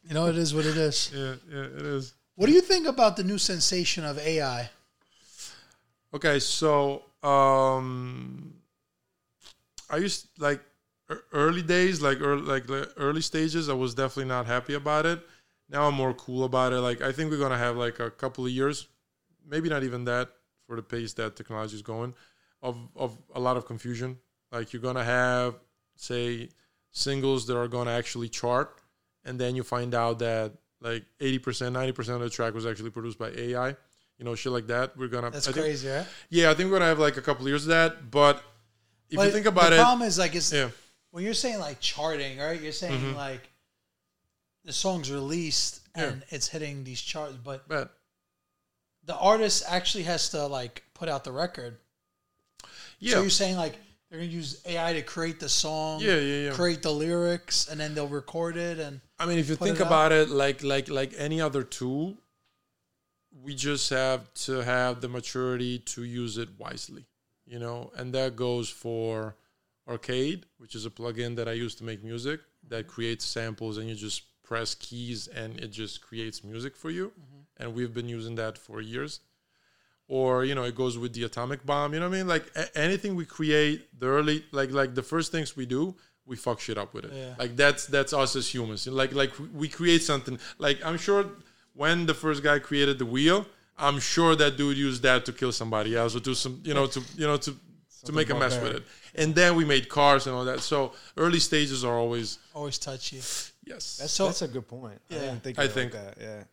S3: You know, it is what it is.
S1: yeah, yeah, it is.
S3: What do you think about the new sensation of AI?
S1: Okay, so um, I used like ear- early days, like early, like the early stages. I was definitely not happy about it. Now I'm more cool about it. Like I think we're gonna have like a couple of years, maybe not even that, for the pace that technology is going, of of a lot of confusion. Like you're gonna have, say, singles that are gonna actually chart, and then you find out that like 80%, 90% of the track was actually produced by AI. You know, shit like that. We're gonna.
S3: That's
S1: I think-
S3: crazy, right?
S1: yeah, I think we're gonna have like a couple years of that. But if you
S3: But
S1: think about
S3: the
S1: it,
S3: problem is like it's
S1: yeah, Mm-hmm.
S3: when you're saying like charting, right? You're saying like the song's released and it's hitting these charts, but
S1: but
S3: the artist actually has to like put out the record.
S1: yeah,
S3: So you're saying like they're gonna use AI to create the song,
S1: Yeah, yeah, yeah.
S3: create the lyrics, and then they'll record it. And
S1: I mean, if you
S3: put
S1: think
S3: it out.
S1: about it, like like like any other tool, we just have to have the maturity to use it wisely, you know. And that goes for Arcade, which is a plugin that I use to make music
S3: Mm-hmm.
S1: that creates samples, and you just press keys and it just creates music for you.
S3: Mm-hmm.
S1: And we've been using that for years. Or you know, it goes with the atomic bomb. You know what I mean? Like a- anything we create, the early like like the first things we do, we fuck shit up with it.
S3: Yeah.
S1: Like that's that's us as humans. Like like we create something. Like I'm sure when the first guy created the wheel, I'm sure that dude used that to kill somebody else or do some you know to you know to to make a mess with it. And then we made cars and all that. So early stages are always
S3: Always touchy.
S1: yes.
S2: That's,
S3: So-
S2: that's a good point. I
S3: Yeah.
S2: didn't think
S1: I
S2: of it
S1: think-
S2: like that. Yeah.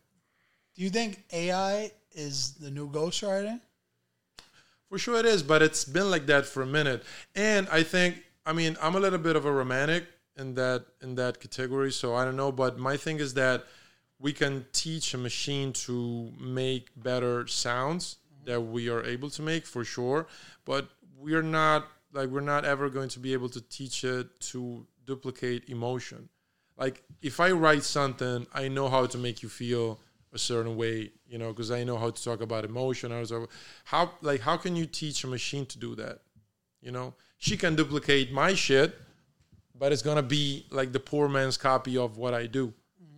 S3: Do you think AI is the new ghostwriting?
S1: For sure it is, but it's been like that for a minute. And I think I mean I'm a little bit of a romantic in that in that category, so I don't know, but my thing is that we can teach a machine to make better sounds that we are able to make for sure, but we're not like we're not ever going to be able to teach it to duplicate emotion. Like if I write something, I know how to make you feel a certain way, you know, because I know how to talk about emotion. I was like, how like how can you teach a machine to do that? You know, she can duplicate my shit, but it's gonna be like the poor man's copy of what I do.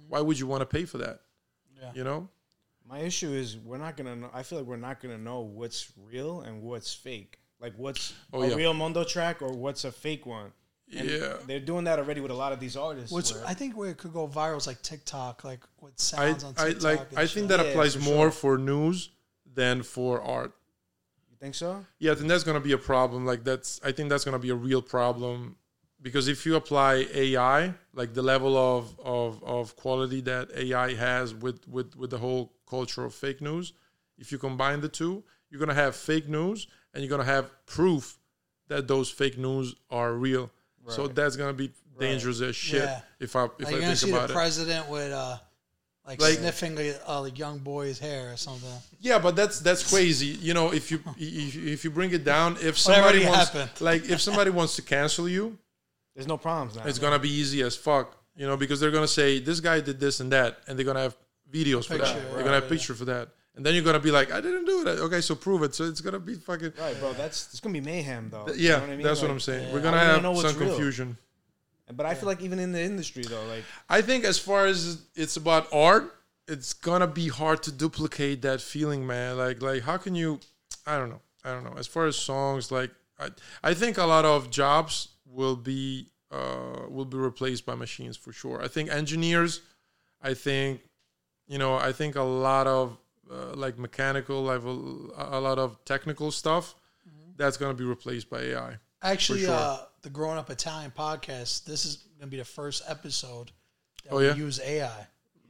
S1: Why would you want to pay for that?
S3: Mm-hmm. Yeah.
S1: You know,
S2: My issue is we're not gonna. Know, I feel like we're not gonna know what's real and what's fake. Like what's
S1: Oh,
S2: a
S1: yeah.
S2: real Mondo track or what's a fake one. And
S1: yeah.
S2: They're doing that already with a lot of these artists.
S3: Which
S2: where-
S3: I think where it could go viral is like TikTok, like with
S1: I,
S3: sounds on
S1: I
S3: TikTok.
S1: like
S3: and
S1: I
S3: shit.
S1: think that
S2: Yeah,
S1: applies
S2: for
S1: more for news than for art.
S2: you think so?
S1: Yeah, I think that's gonna be a problem. Like that's I think that's gonna be a real problem because if you apply AI, like the level of of, of quality that AI has with, with with the whole culture of fake news, if you combine the two, you're gonna have fake news and you're gonna have proof that those fake news are real. So that's gonna be dangerous as shit
S3: Yeah.
S1: if I if
S3: Like, you're
S1: I
S3: gonna see
S1: think
S3: the
S1: about it.
S3: president with uh, like,
S1: Like-
S3: sniffing a, a young boy's hair or something.
S1: Yeah, but that's that's crazy. You know, if you if, if you bring it down, if
S3: Whatever
S1: somebody
S3: you
S1: wants
S3: happened.
S1: like if somebody wants to cancel you,
S2: There's no problems now.
S1: it's gonna be easy as fuck, you know, because they're gonna say this guy did this and that, and they're gonna have videos for that.
S3: Picture,
S1: They're gonna have
S3: right,
S1: picture for that, and then you're gonna be like, I didn't do that. Okay, so prove it. So it's gonna be fucking
S2: right, bro. That's it's gonna be mayhem though. You
S1: yeah.
S2: know I mean?
S1: that's what
S2: Like,
S1: I'm saying.
S3: yeah.
S1: We're gonna
S2: I don't
S1: have
S2: know what's
S1: some
S2: real.
S1: confusion.
S2: But I feel like even in the industry though, like
S1: I think as far as it's about art, it's gonna be hard to duplicate that feeling, man. Like like how can you? I don't know. I don't know. As far as songs, like I I think a lot of jobs will be uh will be replaced by machines for sure. I think engineers. I think you know. I think a lot of uh, like mechanical level, a a lot of technical stuff. That's gonna be replaced by AI.
S3: Actually,
S1: sure.
S3: uh, the Grown Up Italian podcast. This is gonna be the first episode that
S1: Oh,
S3: we
S1: yeah?
S3: use AI.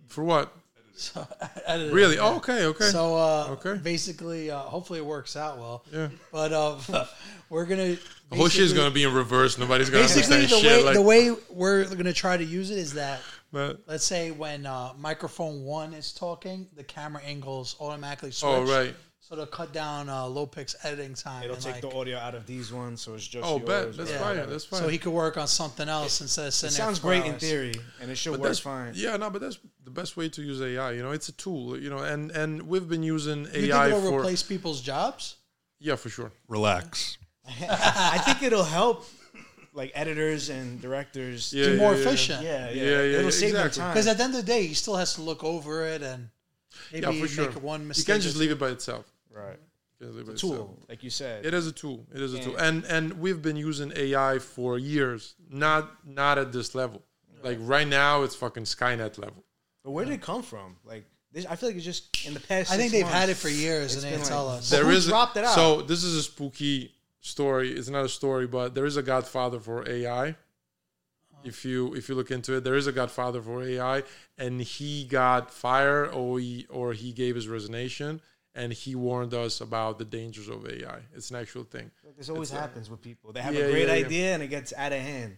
S1: For what?
S3: So I edited it.
S1: Really? Oh, okay. Okay.
S3: So uh,
S1: Okay.
S3: basically, uh, hopefully it works out well.
S1: Yeah.
S3: But uh, we're gonna
S1: The whole shit's
S3: basically-
S1: gonna be in reverse. Nobody's gonna
S3: basically
S1: understand
S3: the
S1: shit.
S3: way
S1: like,
S3: the way we're gonna try to use it is that
S1: but,
S3: let's say when uh, microphone one is talking, the camera angles automatically switch.
S1: oh right.
S3: So to cut down uh, Lopic's editing time.
S2: it'll
S3: and,
S2: take
S3: like,
S2: the audio out of these ones, so it's just
S1: Oh,
S2: yours
S1: bet that's
S2: or
S1: fine.
S2: whatever.
S1: That's fine.
S3: so he could work on something else instead of
S2: It
S3: sitting. there
S2: sounds
S3: for
S2: great in
S3: hours.
S2: theory, and it should
S1: but
S2: work
S1: that's
S2: fine.
S1: Yeah, no, but that's the best way to use AI. You know, it's a tool. You know, and and we've been using
S3: You
S1: AI
S3: think it'll
S1: for
S3: replace people's jobs?
S1: yeah for sure.
S4: Relax.
S2: I think it'll help, like editors and directors.
S1: Yeah,
S3: Be more
S1: yeah, yeah.
S3: efficient.
S2: yeah, yeah.
S1: Yeah, yeah,
S2: it'll
S1: yeah,
S2: save them
S1: exactly.
S2: time.
S3: Because at the end of the day, he still has to look over it and maybe
S1: Yeah, for sure.
S3: make one
S1: you
S3: mistake.
S1: can't just leave it by itself.
S2: right,
S1: You can't leave it by itself.
S2: tool, like you said.
S1: It is a tool. It is a tool,
S2: Yeah.
S1: and and we've been using AI for years. Not not at this level. Like right now, it's fucking Skynet level.
S2: But where did it come from? Like this, I feel like it's just in the past.
S3: I
S2: six
S3: think they've
S2: months,
S3: had it for years
S2: it's
S3: and they
S2: been
S3: didn't tell
S2: like-
S3: us.
S1: There
S2: who
S1: is
S2: dropped it out?
S1: So this is a spooky story. It's not a story, but there is a Godfather for AI. If you if you look into it, there is a Godfather for AI, and he got fired or he or he gave his resignation, and he warned us about the dangers of AI. It's an actual thing.
S2: This always happens with people. They have
S1: uh, Yeah,
S2: a great
S1: yeah, yeah.
S2: idea and it gets out of hand.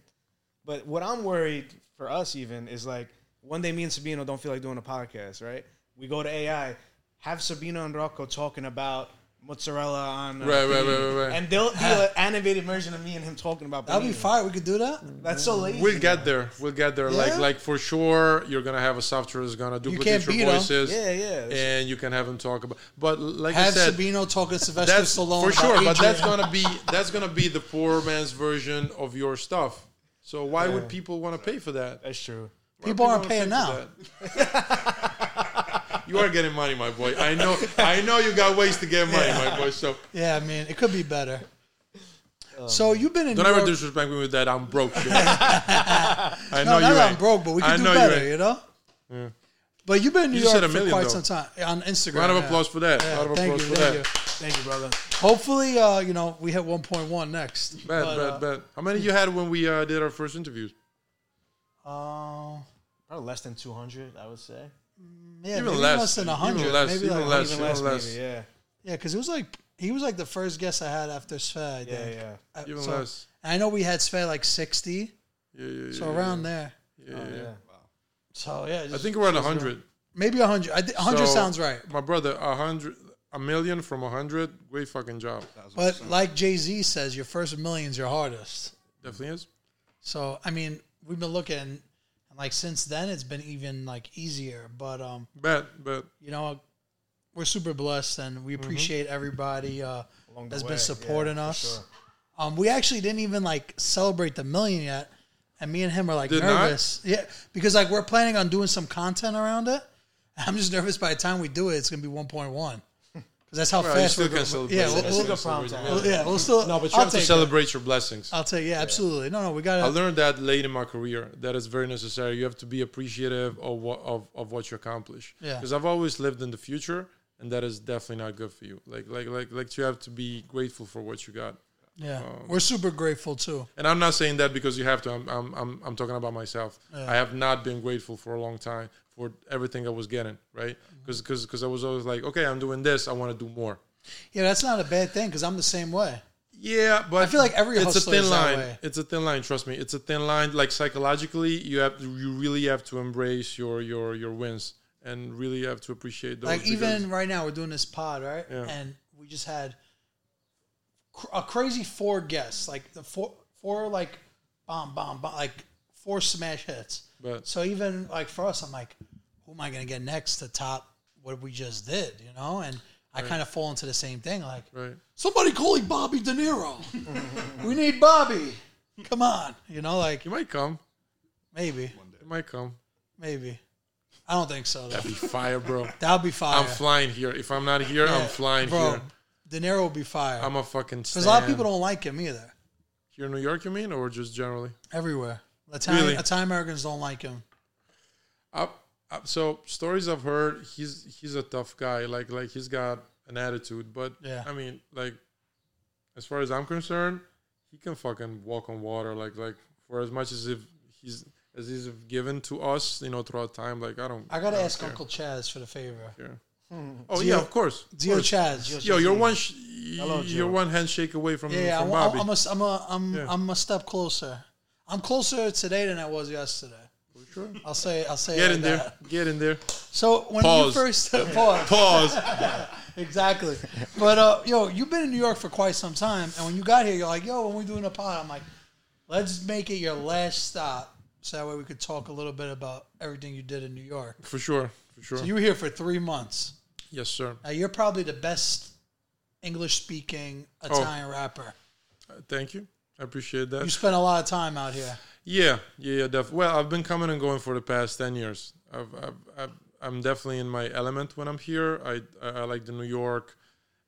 S2: But what I'm worried for us even is like one day me and Sabino don't feel like doing a podcast, right? We go to AI, have Sabino and Rocco talking about mozzarella on uh,
S1: Right, right,
S2: thing,
S1: right, right, right.
S2: and they'll be an animated version of me and him talking about.
S3: That'd be
S2: panini.
S3: fire. We could do that.
S2: That's so lazy.
S1: We'll get there. We'll get there. Like
S3: Yeah.
S1: like for sure, you're gonna have a software that's gonna
S3: can't
S1: duplicate
S3: beat
S1: your
S3: 'em.
S1: voices,
S2: Yeah, yeah. That's-
S1: and you can have them talk about. But like
S3: Have
S1: I said,
S3: Sabino talking to Sylvester
S1: that's
S3: Stallone
S1: for
S3: about
S1: sure but that's
S3: Adrian.
S1: gonna be that's gonna be the poor man's version of your stuff so why would people want to pay for that Why
S2: That's true.
S1: would
S3: People aren't
S1: wanna
S3: paying
S1: pay
S3: now.
S1: for that? you are getting money my boy i know i know you got ways to get money my boy so
S3: Yeah, I mean, it could be better. so you've been in
S1: don't
S3: New
S1: ever
S3: York-
S1: disrespect me with that i'm broke shit. i
S3: No,
S1: know
S3: not
S1: you
S3: that
S1: ain't.
S3: I'm broke, but we
S1: I
S3: can do
S1: know you
S3: better, you,
S1: ain't.
S3: know? But you've been in New
S1: You
S3: York
S1: said a
S3: for
S1: million,
S3: quite
S1: though.
S3: some time on Instagram.
S1: round of
S3: yeah.
S1: applause for that
S3: Yeah,
S1: round of
S3: thank
S1: applause
S3: you,
S1: for
S3: thank
S1: that
S3: you.
S2: Thank you, brother.
S3: Hopefully, uh, you know, we hit 1.1 next.
S1: Bet,
S3: But,
S1: bet, bet. How many you had when we uh, did our first interviews?
S3: Uh,
S2: Probably less than 200, I would say.
S3: yeah,
S1: Even
S3: maybe
S1: less.
S3: less than
S1: Even
S3: 100.
S1: less,
S3: maybe
S1: even
S3: like,
S1: less.
S2: Even less,
S1: less.
S2: maybe, yeah.
S3: Yeah, because it was like, he was like the first guest I had after Sve, I think.
S2: Yeah, yeah.
S3: Uh,
S1: Even
S3: so-
S1: less.
S3: and I know we had Sve like 60,
S1: Yeah, yeah, yeah.
S3: so around there.
S1: yeah,
S2: Oh,
S1: yeah.
S2: yeah.
S3: So, yeah.
S1: I
S3: just-
S1: think we're at 100.
S3: Maybe 100. I th- 100
S1: So,
S3: sounds right.
S1: My brother, 100, a million from 100, great fucking job.
S3: But like Jay Z says, your first million's your hardest.
S1: Definitely is.
S3: So I mean, we've been looking, and like since then, it's been even like easier. But um,
S1: Bet, bet.
S3: you know, we're super blessed, and we appreciate everybody uh,
S2: Mm-hmm. Along the
S3: that's
S2: way,
S3: been
S2: yeah,
S3: supporting
S2: for
S3: us.
S2: sure.
S3: Um, we actually didn't even like celebrate the million yet, and me and him are like
S1: Did not?
S3: nervous, yeah, because like we're planning on doing some content around it. I'm just nervous by the time we do it, it's gonna be 1.1 because that's how
S1: Well, you
S3: fast
S1: still
S3: we're
S1: can
S3: going.
S1: celebrate.
S3: Yeah,
S1: it.
S3: we'll,
S1: You
S2: That's a
S1: still
S2: good
S1: celebrate
S2: problem
S1: it.
S2: to
S3: we'll- yeah, we'll still.
S2: No, but you
S3: I'll
S2: have
S1: To
S3: take Uh, it.
S1: celebrate your blessings.
S3: I'll take. Yeah, absolutely. No, no, we gotta.
S1: I learned that late in my career. That is very necessary. You have to be appreciative of what of, of what you accomplish.
S3: Yeah.
S1: Because I've always lived in the future, and that is definitely not good for you. Like like like like you have to be grateful for what you got.
S3: Yeah,
S1: Oh,
S3: we're super grateful too.
S1: And I'm not saying that because you have to. I'm I'm I'm, I'm talking about myself. I have not been grateful for a long time for everything I was getting. Right.
S3: Mm-hmm.
S1: Because because I was always like, okay, I'm doing this. I want to do more.
S3: Yeah, that's not a bad thing because I'm the same way.
S1: Yeah, but I
S3: feel like every
S1: it's a
S3: hustler
S1: thin
S3: is that
S1: line.
S3: way.
S1: It's a thin line. Trust me, it's a thin line. Like psychologically, you have to, you really have to embrace your your your wins and really have to appreciate those.
S3: Like
S1: because-
S3: even right now, we're doing this pod, right? And we just had cr- a crazy four guests, like the four four like bomb bomb bomb, like four smash hits.
S1: but
S3: So even like for us, I'm like, who am I going to get next to top what we just did? You know, and I kind of fall into the same thing. Like
S1: right,
S3: somebody calling Bobby De Niro. we need Bobby. Come on, you know, like
S1: you might come.
S3: maybe,
S1: You might come.
S3: maybe. I don't think so. Though.
S1: That'd be fire, bro.
S3: That'll be fire.
S1: I'm flying here. If I'm not here,
S3: Yeah,
S1: I'm flying
S3: bro,
S1: here.
S3: De Niro will be fire.
S1: I'm a fucking.
S3: Because a lot of people don't like him either.
S1: here in New York. You mean, or just generally?
S3: Everywhere, Italian,
S1: Really?
S3: Italian Americans don't like him.
S1: I, I, Uh, so stories I've heard, he's he's a tough guy. Like like he's got an attitude, but
S3: Yeah.
S1: I mean, like as far as I'm concerned, he can fucking walk on water. Like like for as much as if he's as he's given to us, you know, throughout time. Like I don't.
S3: I gotta
S1: don't
S3: ask
S1: care.
S3: Uncle Chaz for the favor.
S1: Care. Oh yeah, of course. of
S3: Dio
S1: course.
S3: Chaz.
S1: Yo, you're one. Sh-
S2: Hello,
S1: you're
S2: Joe.
S1: one handshake away from,
S3: yeah, yeah,
S1: from
S3: I'm,
S1: Bobby.
S3: I'm, a, I'm, a, I'm,
S1: Yeah.
S3: I'm a step closer. I'm closer today than I was yesterday.
S1: Sure.
S3: I'll say, I'll say. it
S1: Get
S3: like
S1: in there.
S3: that.
S1: Get in there.
S3: So when
S1: Pause.
S3: you first pause,
S1: Pause.
S3: exactly. But uh, yo, you've been in New York for quite some time, and when you got here, you're like, yo, when we doing a pod, I'm like, let's make it your last stop, so that way we could talk a little bit about everything you did in New York.
S1: for sure. For sure.
S3: So you were here for three months.
S1: yes, sir.
S3: Now you're probably the best English speaking
S1: Oh.
S3: Italian rapper.
S1: Uh, Thank you. I appreciate that.
S3: You spent a lot of time out here.
S1: Yeah, yeah, yeah, def- Well, I've been coming and going for the past ten years. I've, I've, I've, I'm definitely in my element when I'm here. I, I, I like the New York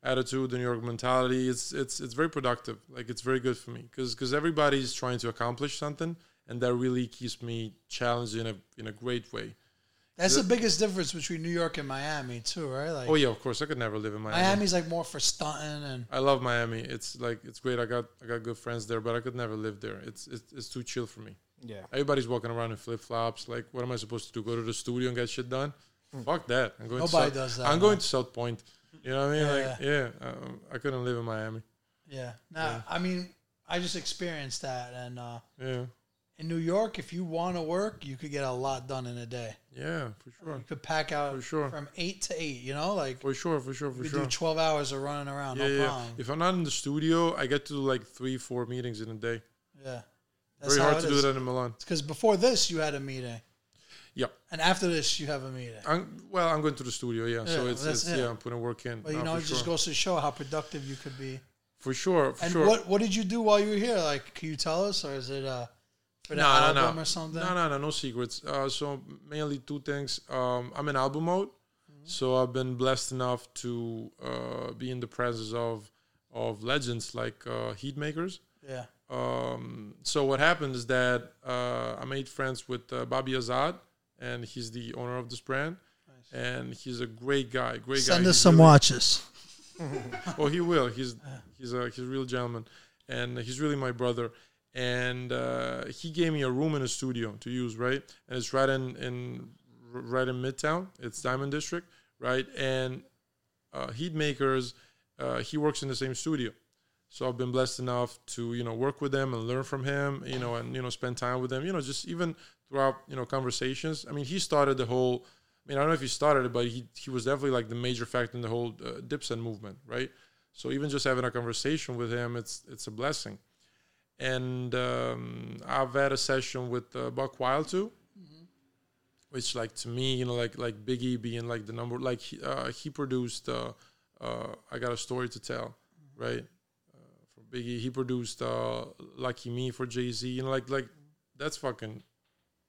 S1: attitude, the New York mentality. It's, it's, it's very productive. Like it's very good for me because, because everybody's trying to accomplish something, and that really keeps me challenged in a, in a great way.
S3: That's the biggest difference between New York and Miami too, right? Like
S1: Oh yeah, of course, I could never live in Miami.
S3: Miami's like more for stunting and
S1: I love Miami. It's like it's great. I got, I got good friends there, but I could never live there. It's, it's, it's too chill for me.
S2: Yeah.
S1: Everybody's walking around in flip flops. Like, what am I supposed to do? Go to the studio and get shit done? Fuck that. I'm going
S3: Hmm. Nobody
S1: to South,
S3: does that,
S1: I'm
S3: man.
S1: going to South Point. You know what I mean?
S3: Yeah.
S1: Like, yeah, um, I couldn't live in Miami.
S3: yeah. Now I mean, I just experienced that, and uh,
S1: Yeah,
S3: in New York, if you want to work, you could get a lot done in a day.
S1: yeah, for sure,
S3: You could pack out
S1: For sure.
S3: from eight to eight. You know, like
S1: for sure, for sure, for
S3: you could
S1: sure.
S3: do twelve hours of running around.
S1: yeah,
S3: no
S1: yeah.
S3: problem.
S1: If I'm not in the studio, I get to do like three, four meetings in a day.
S3: Yeah, that's
S1: Very hard
S3: it
S1: to do
S3: is.
S1: that in Milan.
S3: Because before this, you had a meeting,
S1: Yeah.
S3: and after this, you have a meeting.
S1: I'm, well, I'm going to the studio. Yeah, so
S3: Yeah,
S1: it's,
S3: that's
S1: it's
S3: it.
S1: yeah, I'm putting work in.
S3: But you
S1: No,
S3: know,
S1: for
S3: it just
S1: sure.
S3: goes to show how productive you could be.
S1: for sure, for
S3: And
S1: sure.
S3: what what did you do while you were here? Like, can you tell us, or is it uh, for the album or something?
S1: No, no, no, no secrets. Uh, so mainly two things. Um, I'm in album mode, so I've been blessed enough to uh, be in the presence of of legends like uh, Heatmakers.
S3: Yeah,
S1: Um, so what happened is that uh, I made friends with uh, Bobby Azad, and he's the owner of this brand, and he's a great guy. Great guy.
S3: send us
S1: He
S3: some
S1: really-
S3: watches.
S1: oh, he will. He's he's a he's a real gentleman, and he's really my brother. And uh, he gave me a room in a studio to use, right? And it's right in in r- right in Midtown. It's Diamond District, right? And uh, Heat Makers, uh, he works in the same studio. So I've been blessed enough to you know work with them and learn from him, you know, and you know spend time with them, you know, just even throughout you know conversations. I mean, he started the whole. I mean, I don't know if he started it, but he he was definitely like the major factor in the whole uh, Dipset movement, right? So even just having a conversation with him, it's it's a blessing. And um, I've had a session with uh, Buck Wild too, which like to me, you know, like like Biggie being like the number, like he, uh, he produced. Uh, uh, I got a story to tell, right? Uh, for Biggie. He produced uh, Lucky Me for Jay Z. You know, like like that's fucking,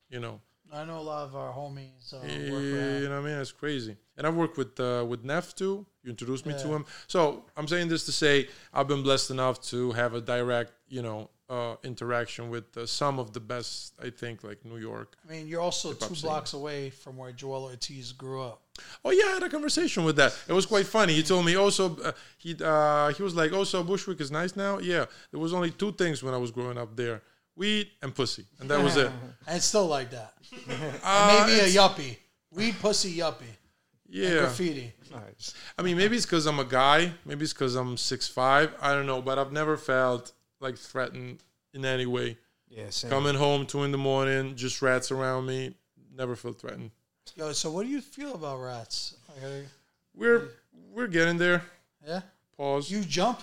S1: you know,
S3: I know a lot of our homies. Uh,
S1: eh,
S3: work around.
S1: you know what I mean? It's crazy. And I've worked with uh, with Neff too. You introduced me to
S3: Yeah.
S1: him. So I'm saying this to say I've been blessed enough to have a direct, you know, uh, interaction with uh, some of the best. I think like New York.
S3: I mean, you're also
S1: Hip-hop
S3: two
S1: scene.
S3: blocks away from where Joel Ortiz grew up.
S1: Oh yeah, I had a conversation with that. It was quite funny. He told me also uh, he uh, he was like, "Oh, so Bushwick is nice now." Yeah, there was only two things when I was growing up there: weed and pussy, and that was it.
S3: And it's still like that.
S1: Uh,
S3: Maybe a
S1: it's-
S3: yuppie. Weed pussy yuppie.
S1: yeah.
S3: Graffiti.
S2: Nice.
S1: I mean, maybe it's because I'm a guy. Maybe it's because I'm six five. I don't know, but I've never felt like threatened in any way.
S2: Yeah, same.
S1: Coming home two in the morning, just rats around me. Never felt threatened.
S3: Yo, so what do you feel about rats? Like, are you-
S1: We're we're getting there.
S3: yeah?
S1: Pause.
S3: You jump?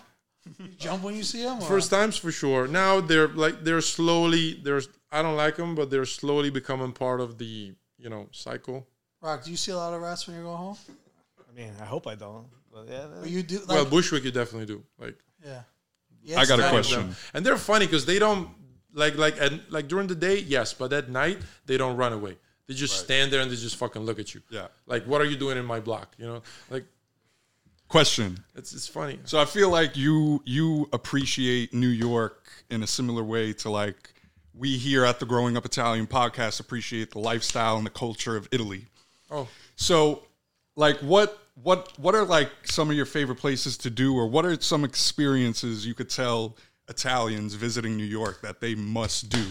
S3: You jump when you see them?
S1: First times for sure. Now they're like they're slowly. There's I don't like them, but they're slowly becoming part of the you know cycle.
S3: Rock, do you see a lot of rats when you're going home?
S2: I mean, I hope I don't. But yeah,
S3: Or you do? Like,
S1: well, Bushwick, you definitely do. Like
S3: yeah.
S4: I got a
S1: Many of them.
S4: question.
S1: And they're funny because they don't like like and like during the day, yes, but at night they don't run away. They just stand there and they just fucking look at you.
S4: Yeah.
S1: Like, what are you doing in my block? You know, like
S4: Question.
S1: it's it's funny.
S4: So I feel like you you appreciate New York in a similar way to like we here at the Growing Up Italian podcast appreciate the lifestyle and the culture of Italy.
S1: Oh,
S4: So, like, what what what are like some of your favorite places to do, or what are some experiences you could tell Italians visiting New York that they must do,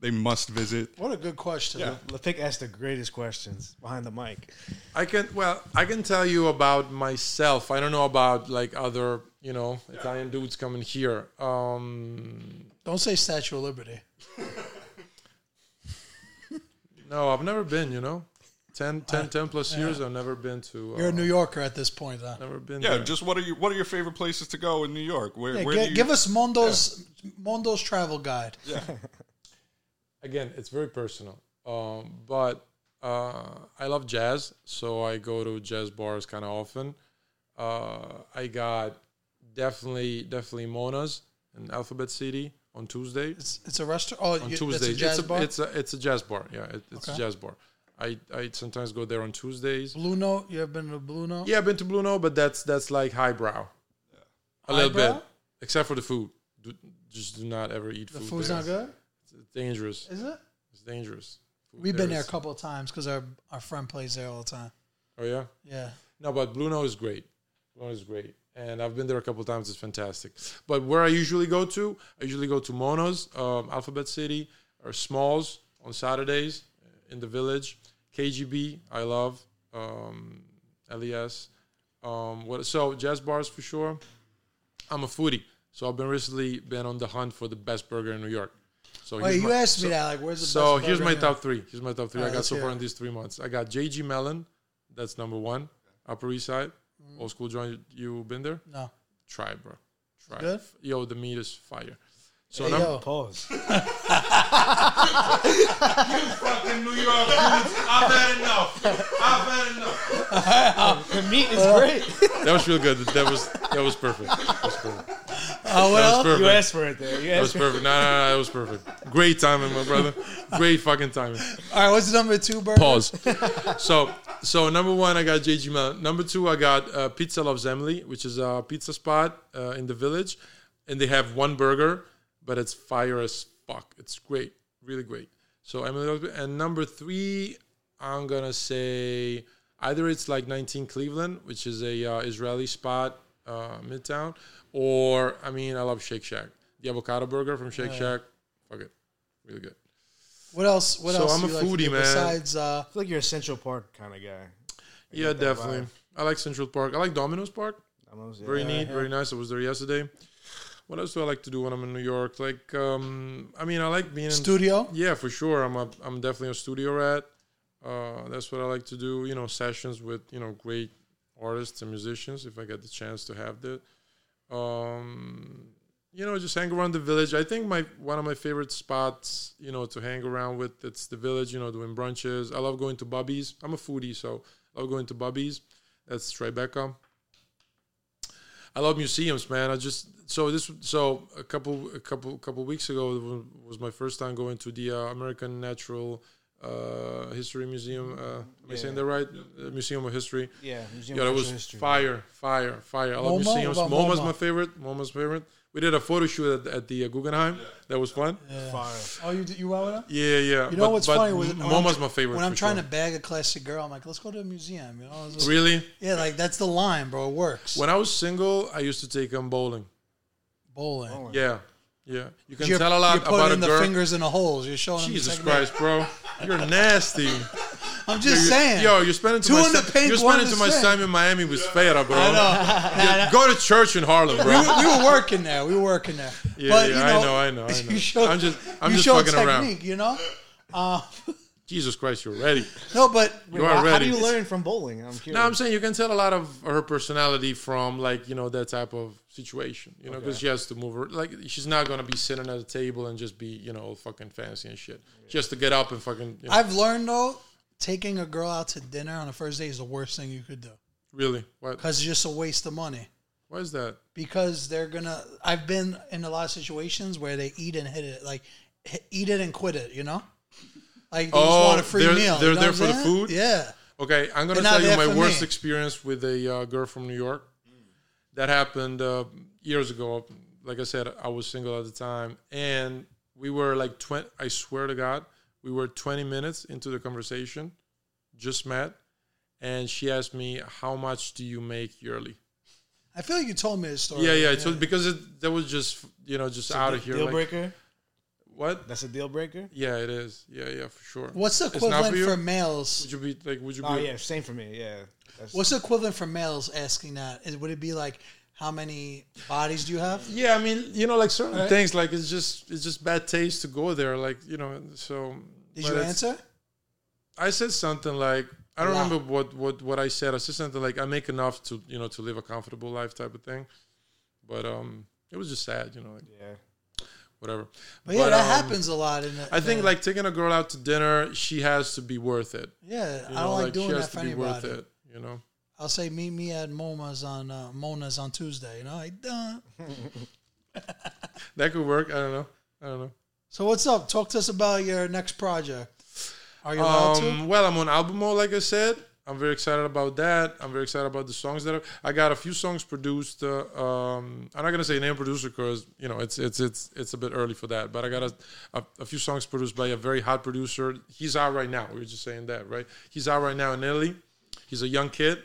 S4: they must visit?
S3: What a good question.
S2: Lafik asked the greatest questions behind the mic.
S1: I can well, I can tell you about myself. I don't know about like other you know Italian dudes coming here. Um
S3: Don't say Statue of Liberty.
S1: No, I've never been. You know, 10, 10, 10 plus years. I've never been to. Uh,
S3: You're a New Yorker at this point, huh?
S1: never been.
S4: Yeah,
S1: there.
S4: just what are your what are your favorite places to go in New York? Where,
S3: Yeah,
S4: where
S3: gi-
S4: do you,
S3: give us Mondo's Mondo's travel guide.
S1: again, it's very personal. Um, but uh, I love jazz, so I go to jazz bars kind of often. Uh, I got definitely, definitely Mona's in Alphabet City on Tuesday.
S3: It's, it's a restaurant. Oh,
S1: On
S3: you,
S1: Tuesday,
S3: it's a jazz
S1: it's, a,
S3: bar.
S1: it's a it's a jazz bar. Yeah, it, it's
S3: Okay.
S1: a jazz bar. I, I sometimes go there on Tuesdays.
S3: Blue Note. You ever been to Blue Note?
S1: Yeah, I've been to Blue Note, but that's that's like highbrow, a little
S3: Highbrow?
S1: bit, except for the food. Do, just do not ever eat
S3: The
S1: food.
S3: food's
S1: there.
S3: not good,
S1: It's dangerous.
S3: is it?
S1: It's dangerous. Food
S3: We've been there a
S1: is-
S3: couple of times because our our friend plays there all the time.
S1: Oh yeah.
S3: Yeah.
S1: No, but Blue Note is great. Blue Note is great. And I've been there a couple times. It's fantastic. But where I usually go to, I usually go to Mono's, um, Alphabet City, or Smalls on Saturdays in the village. KGB, I love. Um, LES. Um, what, so jazz bars for sure. I'm a foodie. So I've been recently been on the hunt for the best burger in New York. So here's
S3: Wait, you
S1: my-
S3: asked
S1: so-
S3: me that. Like, where's the
S1: so
S3: best
S1: here's
S3: burger
S1: my
S3: here?
S1: top three. Here's my top three. I
S3: Alright,
S1: got
S3: let's
S1: so
S3: hear
S1: far
S3: it.
S1: in these three months. I got JG Mellon. That's number one. Upper East Side.
S3: Mm.
S1: Old school joint. You been there?
S3: No.
S1: Try, bro. Try.
S3: Good?
S1: Yo, the meat is fire. So
S3: Hey,
S1: num-
S3: yo.
S2: Pause.
S4: fucking New York? I've had enough. I've had enough.
S2: the meat is great.
S1: that was real good. That was that was perfect. That was perfect.
S3: Oh
S1: That was
S3: well.
S1: perfect.
S2: You asked for it there. You
S1: That
S2: asked
S1: was
S2: for it.
S1: perfect. No, no, no, that was perfect. Great timing, my brother. Great fucking timing.
S3: All right. What's number two burger?
S1: Pause. So, so number one, I got JG Mellon. Number two, I got uh, Pizza Loves Emily, which is a pizza spot uh, in the village, and they have one burger, but it's fire as fuck. It's great, really great. So Emily Loves and number three, I'm gonna say either it's like 19 Cleveland, which is a uh, Israeli spot uh, Midtown. Or I mean, I love Shake Shack. The avocado burger from Shake Shack. Fuck it, really good.
S3: What else? What
S1: So
S3: else?
S1: I'm
S3: do
S1: a
S3: you like to
S1: foodie,
S3: do
S1: man.
S3: Besides, uh,
S2: I feel like you're a Central Park kind of guy.
S1: Yeah,
S2: that
S1: definitely. I like Central Park. I like Domino's Park.
S2: Almost, yeah.
S1: Very neat, very nice. I was there yesterday. What else do I like to do when I'm in New York? Like, um, I mean, I like being in
S3: studio.
S1: Yeah, for sure. I'm a, I'm definitely a studio rat. Uh, that's what I like to do. You know, sessions with you know great artists and musicians if I get the chance to have that. Um, you know, just hang around the village. I think my one of my favorite spots, you know, to hang around with it's the village. You know, doing brunches. I love going to Bubby's. I'm a foodie, so I love going to Bubby's. That's Tribeca. I love museums, man. I just so this so a couple a couple couple weeks ago w- was my first time going to the uh, American Natural uh, History Museum. Uh, am I saying that right? Uh, Museum of History.
S2: Yeah, Museum
S1: Yeah, that
S2: of
S1: was
S2: Natural History.
S1: fire, fire, fire. I love
S3: MoMA?
S1: museums.
S3: What about
S1: MoMA's
S3: MoMA?
S1: my favorite. MoMA's favorite. We did a photo shoot at, at the uh, Guggenheim. That was fun. Yeah,
S2: Fire.
S3: Oh, you did- you went with him?
S1: yeah.
S3: You know what's funny with when I'm
S1: MoMA's
S3: tr-
S1: my favorite.
S3: When I'm
S1: for
S3: trying
S1: sure.
S3: to bag a classic girl, I'm like, let's go to a museum. You know, It's just-
S1: really.
S3: yeah, like that's the line, bro. It works.
S1: When I was single, I used to take them bowling.
S3: Bowling.
S1: Yeah, yeah. You can
S3: You're,
S1: tell a lot
S3: you're
S1: about
S3: putting
S1: a
S3: in the
S1: girl.
S3: fingers in the holes. You're showing them.
S1: Jesus
S3: the technique.
S1: Christ, bro. You're nasty.
S3: I'm just saying.
S1: Yo, you're spending too
S3: Two
S1: much
S3: in the
S1: time-
S3: pink,
S1: You're
S3: one
S1: spending
S3: in
S1: too
S3: the
S1: much
S3: sand.
S1: time in Miami with Feyera, bro.
S3: I
S1: Go to church in Harlem, bro.
S3: know. we, we were working there. We were working there.
S1: Yeah,
S3: but,
S1: yeah,
S3: you know,
S1: I know, I know, I know.
S3: You showed,
S1: I'm just, I'm
S3: you
S1: just
S3: showed
S1: fucking around.
S3: technique, You know. Uh,
S1: Jesus Christ, you're ready.
S3: no, but
S1: You are
S2: How do
S1: ready.
S2: you learn from bowling? I'm curious.
S1: No, I'm saying you can tell a lot of her personality from like you know that type of situation, you know, because she has to move her. Like she's not gonna be sitting at a table and just be you know all fucking fancy and shit. Just to get up and fucking you know,
S3: I've learned though, taking a girl out to dinner on the first day is the worst thing you could do
S1: really. What?
S3: because it's just a waste of money.
S1: Why is that?
S3: because they're gonna. I've been in a lot of situations where they eat and hit it, like h- eat it and quit it. You know, like they
S1: Oh,
S3: just want a free
S1: they're-
S3: meal. you
S1: they're
S3: know
S1: there
S3: what I'm
S1: for the
S3: saying?
S1: food?
S3: Yeah,
S1: Okay, I'm gonna
S3: They're not
S1: tell you
S3: there
S1: my
S3: for
S1: worst
S3: me.
S1: experience with a uh, girl from New York. That happened uh, years ago. Like I said, I was single at the time, and we were like twenty. I swear to God, we were 20 minutes into the conversation, just met, and she asked me, "How much do you make yearly?"
S3: I feel like you told me this story.
S1: Yeah, yeah. So because it, that was just you know just out of here.
S2: Deal
S1: like,
S2: breaker.
S1: What?
S2: That's a deal breaker.
S1: Yeah, it is. Yeah, yeah, for sure.
S3: What's the
S1: It's not
S3: equivalent
S1: you?
S3: for males?
S1: Would you be like? Would you
S2: Oh
S1: be?
S2: yeah, same for me. Yeah. That's,
S3: What's the equivalent for males asking that? Is- Would it be like how many bodies do you have?
S1: Yeah, I mean, you know, like certain things, like it's just it's just bad taste to go there, like you know. So
S3: Did
S1: but
S3: you
S1: it's-
S3: answer?
S1: I said something like I don't
S3: Wow.
S1: remember what what what I said. I said something like I make enough to you know to live a comfortable life type of thing, but um, it was just sad, you know, like
S2: yeah.
S1: whatever.
S3: But yeah, that
S1: um,
S3: happens a lot. In the,
S1: I think
S3: the-
S1: like taking a girl out to dinner, she has to be worth it.
S3: yeah,
S1: You
S3: I
S1: know,
S3: don't like,
S1: she
S3: doing
S1: has
S3: that for anybody.
S1: worth it. You know,
S3: I'll say meet me at Mona's on uh, Mona's on Tuesday. You know, like, duh.
S1: that could work. I don't know. I don't know.
S3: So what's up? Talk to us about your next project. Are you allowed to?
S1: Um, well, I'm on Albumo, like I said. I'm very excited about that. I'm very excited about the songs that are, I got. A few songs produced. Uh, um, I'm not gonna say name producer because you know it's it's it's it's a bit early for that. But I got a, a a few songs produced by a very hot producer. He's out right now. We were just saying that, right? He's out right now in Italy. He's a young kid.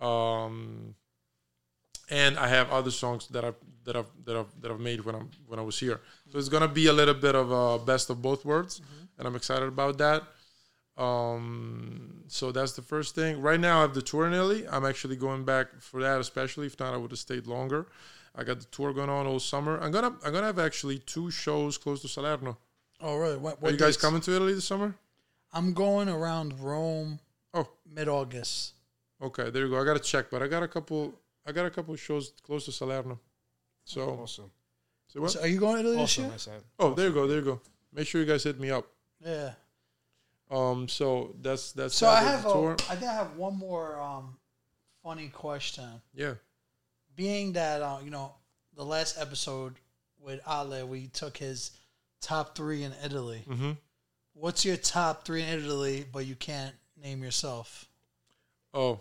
S1: Um, and I have other songs that I've that I've that I've that I've made when I'm when I was here. So it's gonna be a little bit of a best of both worlds,
S3: Mm-hmm.
S1: and I'm excited about that. Um, so that's the first thing. Right now, I have the tour in Italy. I'm actually going back for that, especially if not, I would have stayed longer. I got the tour going on all summer. I'm gonna I'm gonna have actually two shows close to Salerno.
S3: Oh, really? What,
S1: Are
S3: what
S1: you guys
S3: dates?
S1: coming to Italy this summer?
S3: I'm going around Rome
S1: Oh,
S3: mid-August.
S1: okay. There you go. I gotta check, but I got a couple. I got a couple shows close to Salerno. So,
S2: Awesome.
S1: so what?
S3: So are you going to Italy this
S2: Awesome.
S3: year?
S2: I said.
S1: Oh, there you go. There you go. Make sure you guys hit me up.
S3: Yeah.
S1: Um, so that's that's
S3: So
S1: that
S3: I
S1: with
S3: have
S1: the
S3: a, I think I have one more um, funny question.
S1: yeah.
S3: Being that uh, you know the last episode with Ale, we took his top three in Italy.
S1: Mhm.
S3: What's your top three in Italy, but you can't name yourself?
S1: Oh,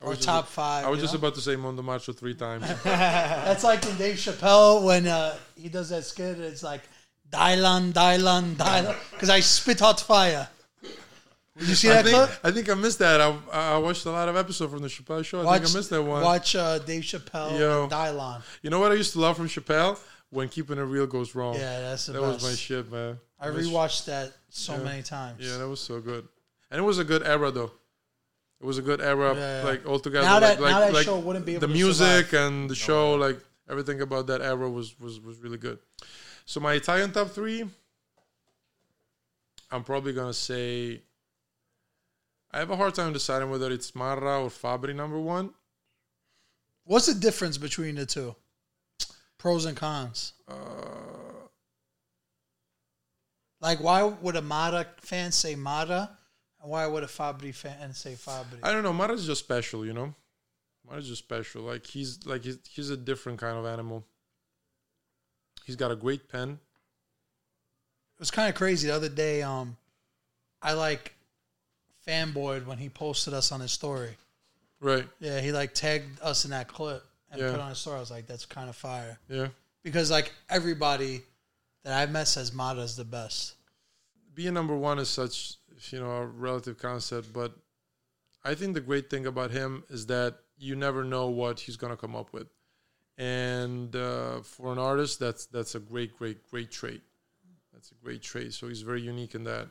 S1: I
S3: Or
S1: was just-
S3: top five?
S1: I was
S3: you
S1: just
S3: know?
S1: about to say Mondo Macho three times.
S3: That's like in Dave Chappelle when uh, he does that skit. It's like Dylan, Dylan, Dylan, because I spit hot fire. you see
S1: I
S3: that
S1: think,
S3: clip?
S1: I think I missed that. I, I watched a lot of episodes from the Chappelle show. I think I missed that one.
S3: Watch uh, Dave Chappelle
S1: Yo.
S3: and Dylon.
S1: You know what I used to love from Chappelle? When keeping it real goes wrong.
S3: Yeah, that's the
S1: that
S3: best.
S1: was my shit, man.
S3: I
S1: That was-
S3: rewatched that so many times.
S1: Yeah, that was so good. And it was a good era, though. It was a good era,
S3: Yeah.
S1: like all together.
S3: Now
S1: like,
S3: that-
S1: like,
S3: now that
S1: like
S3: show wouldn't be able
S1: the
S3: to
S1: music and the show, like everything about that era was was was really good. So my Italian top three, I'm probably gonna say. I have a hard time deciding whether it's Marra or Fabri number one.
S3: What's the difference between the two? Pros and cons.
S1: Uh,
S3: like, why would a Mata fan say Mata, and why would a Fabri fan say Fabri?
S1: I don't know. Mara's just special, you know. Mara's just special. Like he's like he's, he's a different kind of animal. He's got a great pen.
S3: it was kind of crazy the other day. Um, I like fanboyed when he posted us on his story.
S1: Right.
S3: Yeah, he like tagged us in that clip and
S1: Yeah.
S3: put it on his story. I was like, that's kind of fire
S1: Yeah.
S3: because like everybody that I've met says Mata is the best.
S1: Being number one is such you know a relative concept, but I think the great thing about him is that you never know what he's gonna come up with, and uh, for an artist, that's that's a great, great, great trait. That's a great trait. So he's very unique in that.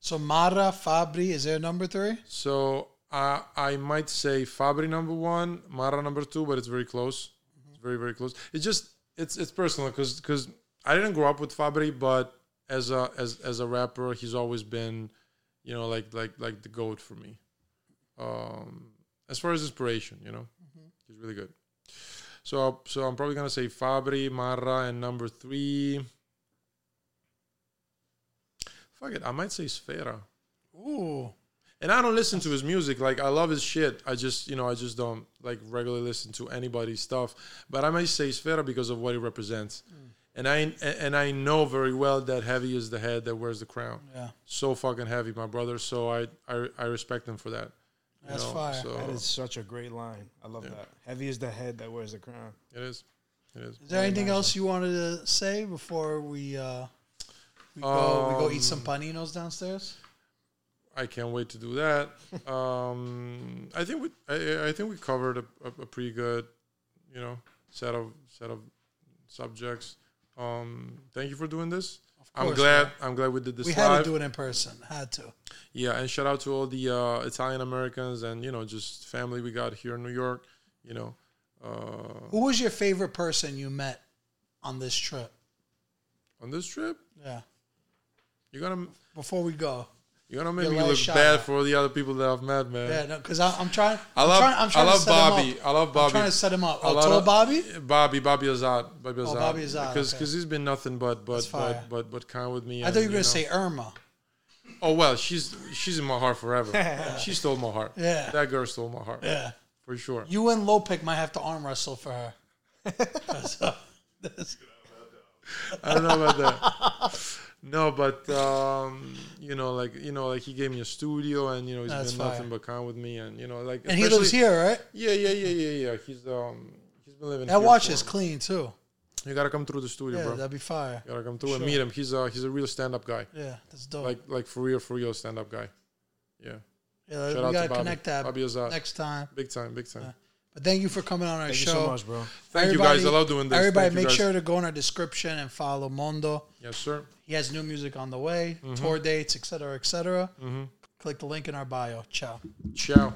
S3: So Mata Fabri is their number three.
S1: So I I might say Fabri number one, Mara number two, but it's very close. It's very very close. It's just it's it's personal because I didn't grow up with Fabri, but as a as as a rapper, he's always been, you know, like like like the goat for me. Um, as far as inspiration, you know, he's really good. So so I'm probably gonna say Fabri, Mara, and number three. Fuck it, I might say Sfera
S3: Ooh,
S1: and I don't listen to his music. Like I love his shit. I just you know I just don't like regularly listen to anybody's stuff. But I might say Sfera because of what he represents, and I and- and I know very well that heavy is the head that wears the crown.
S3: yeah,
S1: So fucking heavy, my brother. So I I, I respect him for that. You
S3: That's fire.
S1: So
S2: That is such a great line. I love that. Heavy is the head that wears the crown.
S1: it is. It is.
S3: Is there anything else you wanted to say before we uh, we go we go eat
S1: Um,
S3: some paninos downstairs?
S1: I can't wait to do that. um, I think we I, I think we covered a, a, a pretty good, you know, set of set of subjects. Um, thank you for doing this. I'm
S3: course,
S1: glad I'm glad we did this
S3: We
S1: live. Oh.
S3: had to do it in person. Had to.
S1: Yeah, and shout out to all the uh, Italian Americans and you know just family we got here in New York. You know, uh,
S3: Who was your favorite person you met on this trip?
S1: on this trip,
S3: Yeah.
S1: you're gonna
S3: Before we go,
S1: you're gonna make
S3: Your
S1: me
S3: last
S1: look
S3: shout
S1: bad
S3: out.
S1: for all the other people that I've met, man.
S3: yeah, no, because I'm trying.
S1: I love
S3: I'm trying, I'm
S1: i
S3: trying to
S1: love
S3: set him up.
S1: Bobby. I love Bobby.
S3: I'm trying to set him up.
S1: A
S3: Oh,
S1: lot
S3: tell
S1: of-
S3: Bobby.
S1: Bobby, Bobby Azad, Bobby Azad,
S3: Bobby Azad,
S1: because
S3: okay.
S1: because he's been nothing but but
S3: fire.
S1: but, but but kind with me.
S3: I thought you were gonna say Irma.
S1: oh well, she's she's in my heart forever. she stole my heart.
S3: Yeah.
S1: that girl stole my heart
S3: Yeah.
S1: for sure.
S3: You and Lopik might have to arm wrestle for her. 'Cause, uh, that's-
S1: I don't know about that. No, but um, you know, like you know, like he gave me a studio, and you know, he's
S3: That's
S1: been
S3: fire.
S1: nothing but kind with me, and you know, like
S3: and he lives
S1: especially-
S3: here, right?
S1: Yeah, yeah, yeah, yeah, yeah. He's um, he's been living.
S3: That
S1: here
S3: watch
S1: for-
S3: is clean too.
S1: You gotta come through the studio,
S3: Yeah,
S1: bro.
S3: that'd be fire.
S1: You gotta come through and meet him. He's uh, he's a real stand-up guy.
S3: Yeah, that's dope.
S1: like like for real, for real stand up guy. Yeah,
S3: yeah, we
S1: shout out to
S3: gotta
S1: Bobby.
S3: connect Uh, that
S1: Bobby is out.
S3: next time.
S1: big time, big time.
S3: But thank you for coming on our
S2: Thank
S3: show.
S2: you so much, bro.
S1: Thank you guys. I love doing this.
S3: Everybody,
S1: Thank you
S3: make
S1: guys.
S3: sure to go in our description and follow Mondo.
S1: Yes, sir.
S3: He has new music on the
S1: Mm-hmm.
S3: way, tour dates, etc., etc. Click the link in our bio. Ciao.
S1: Ciao.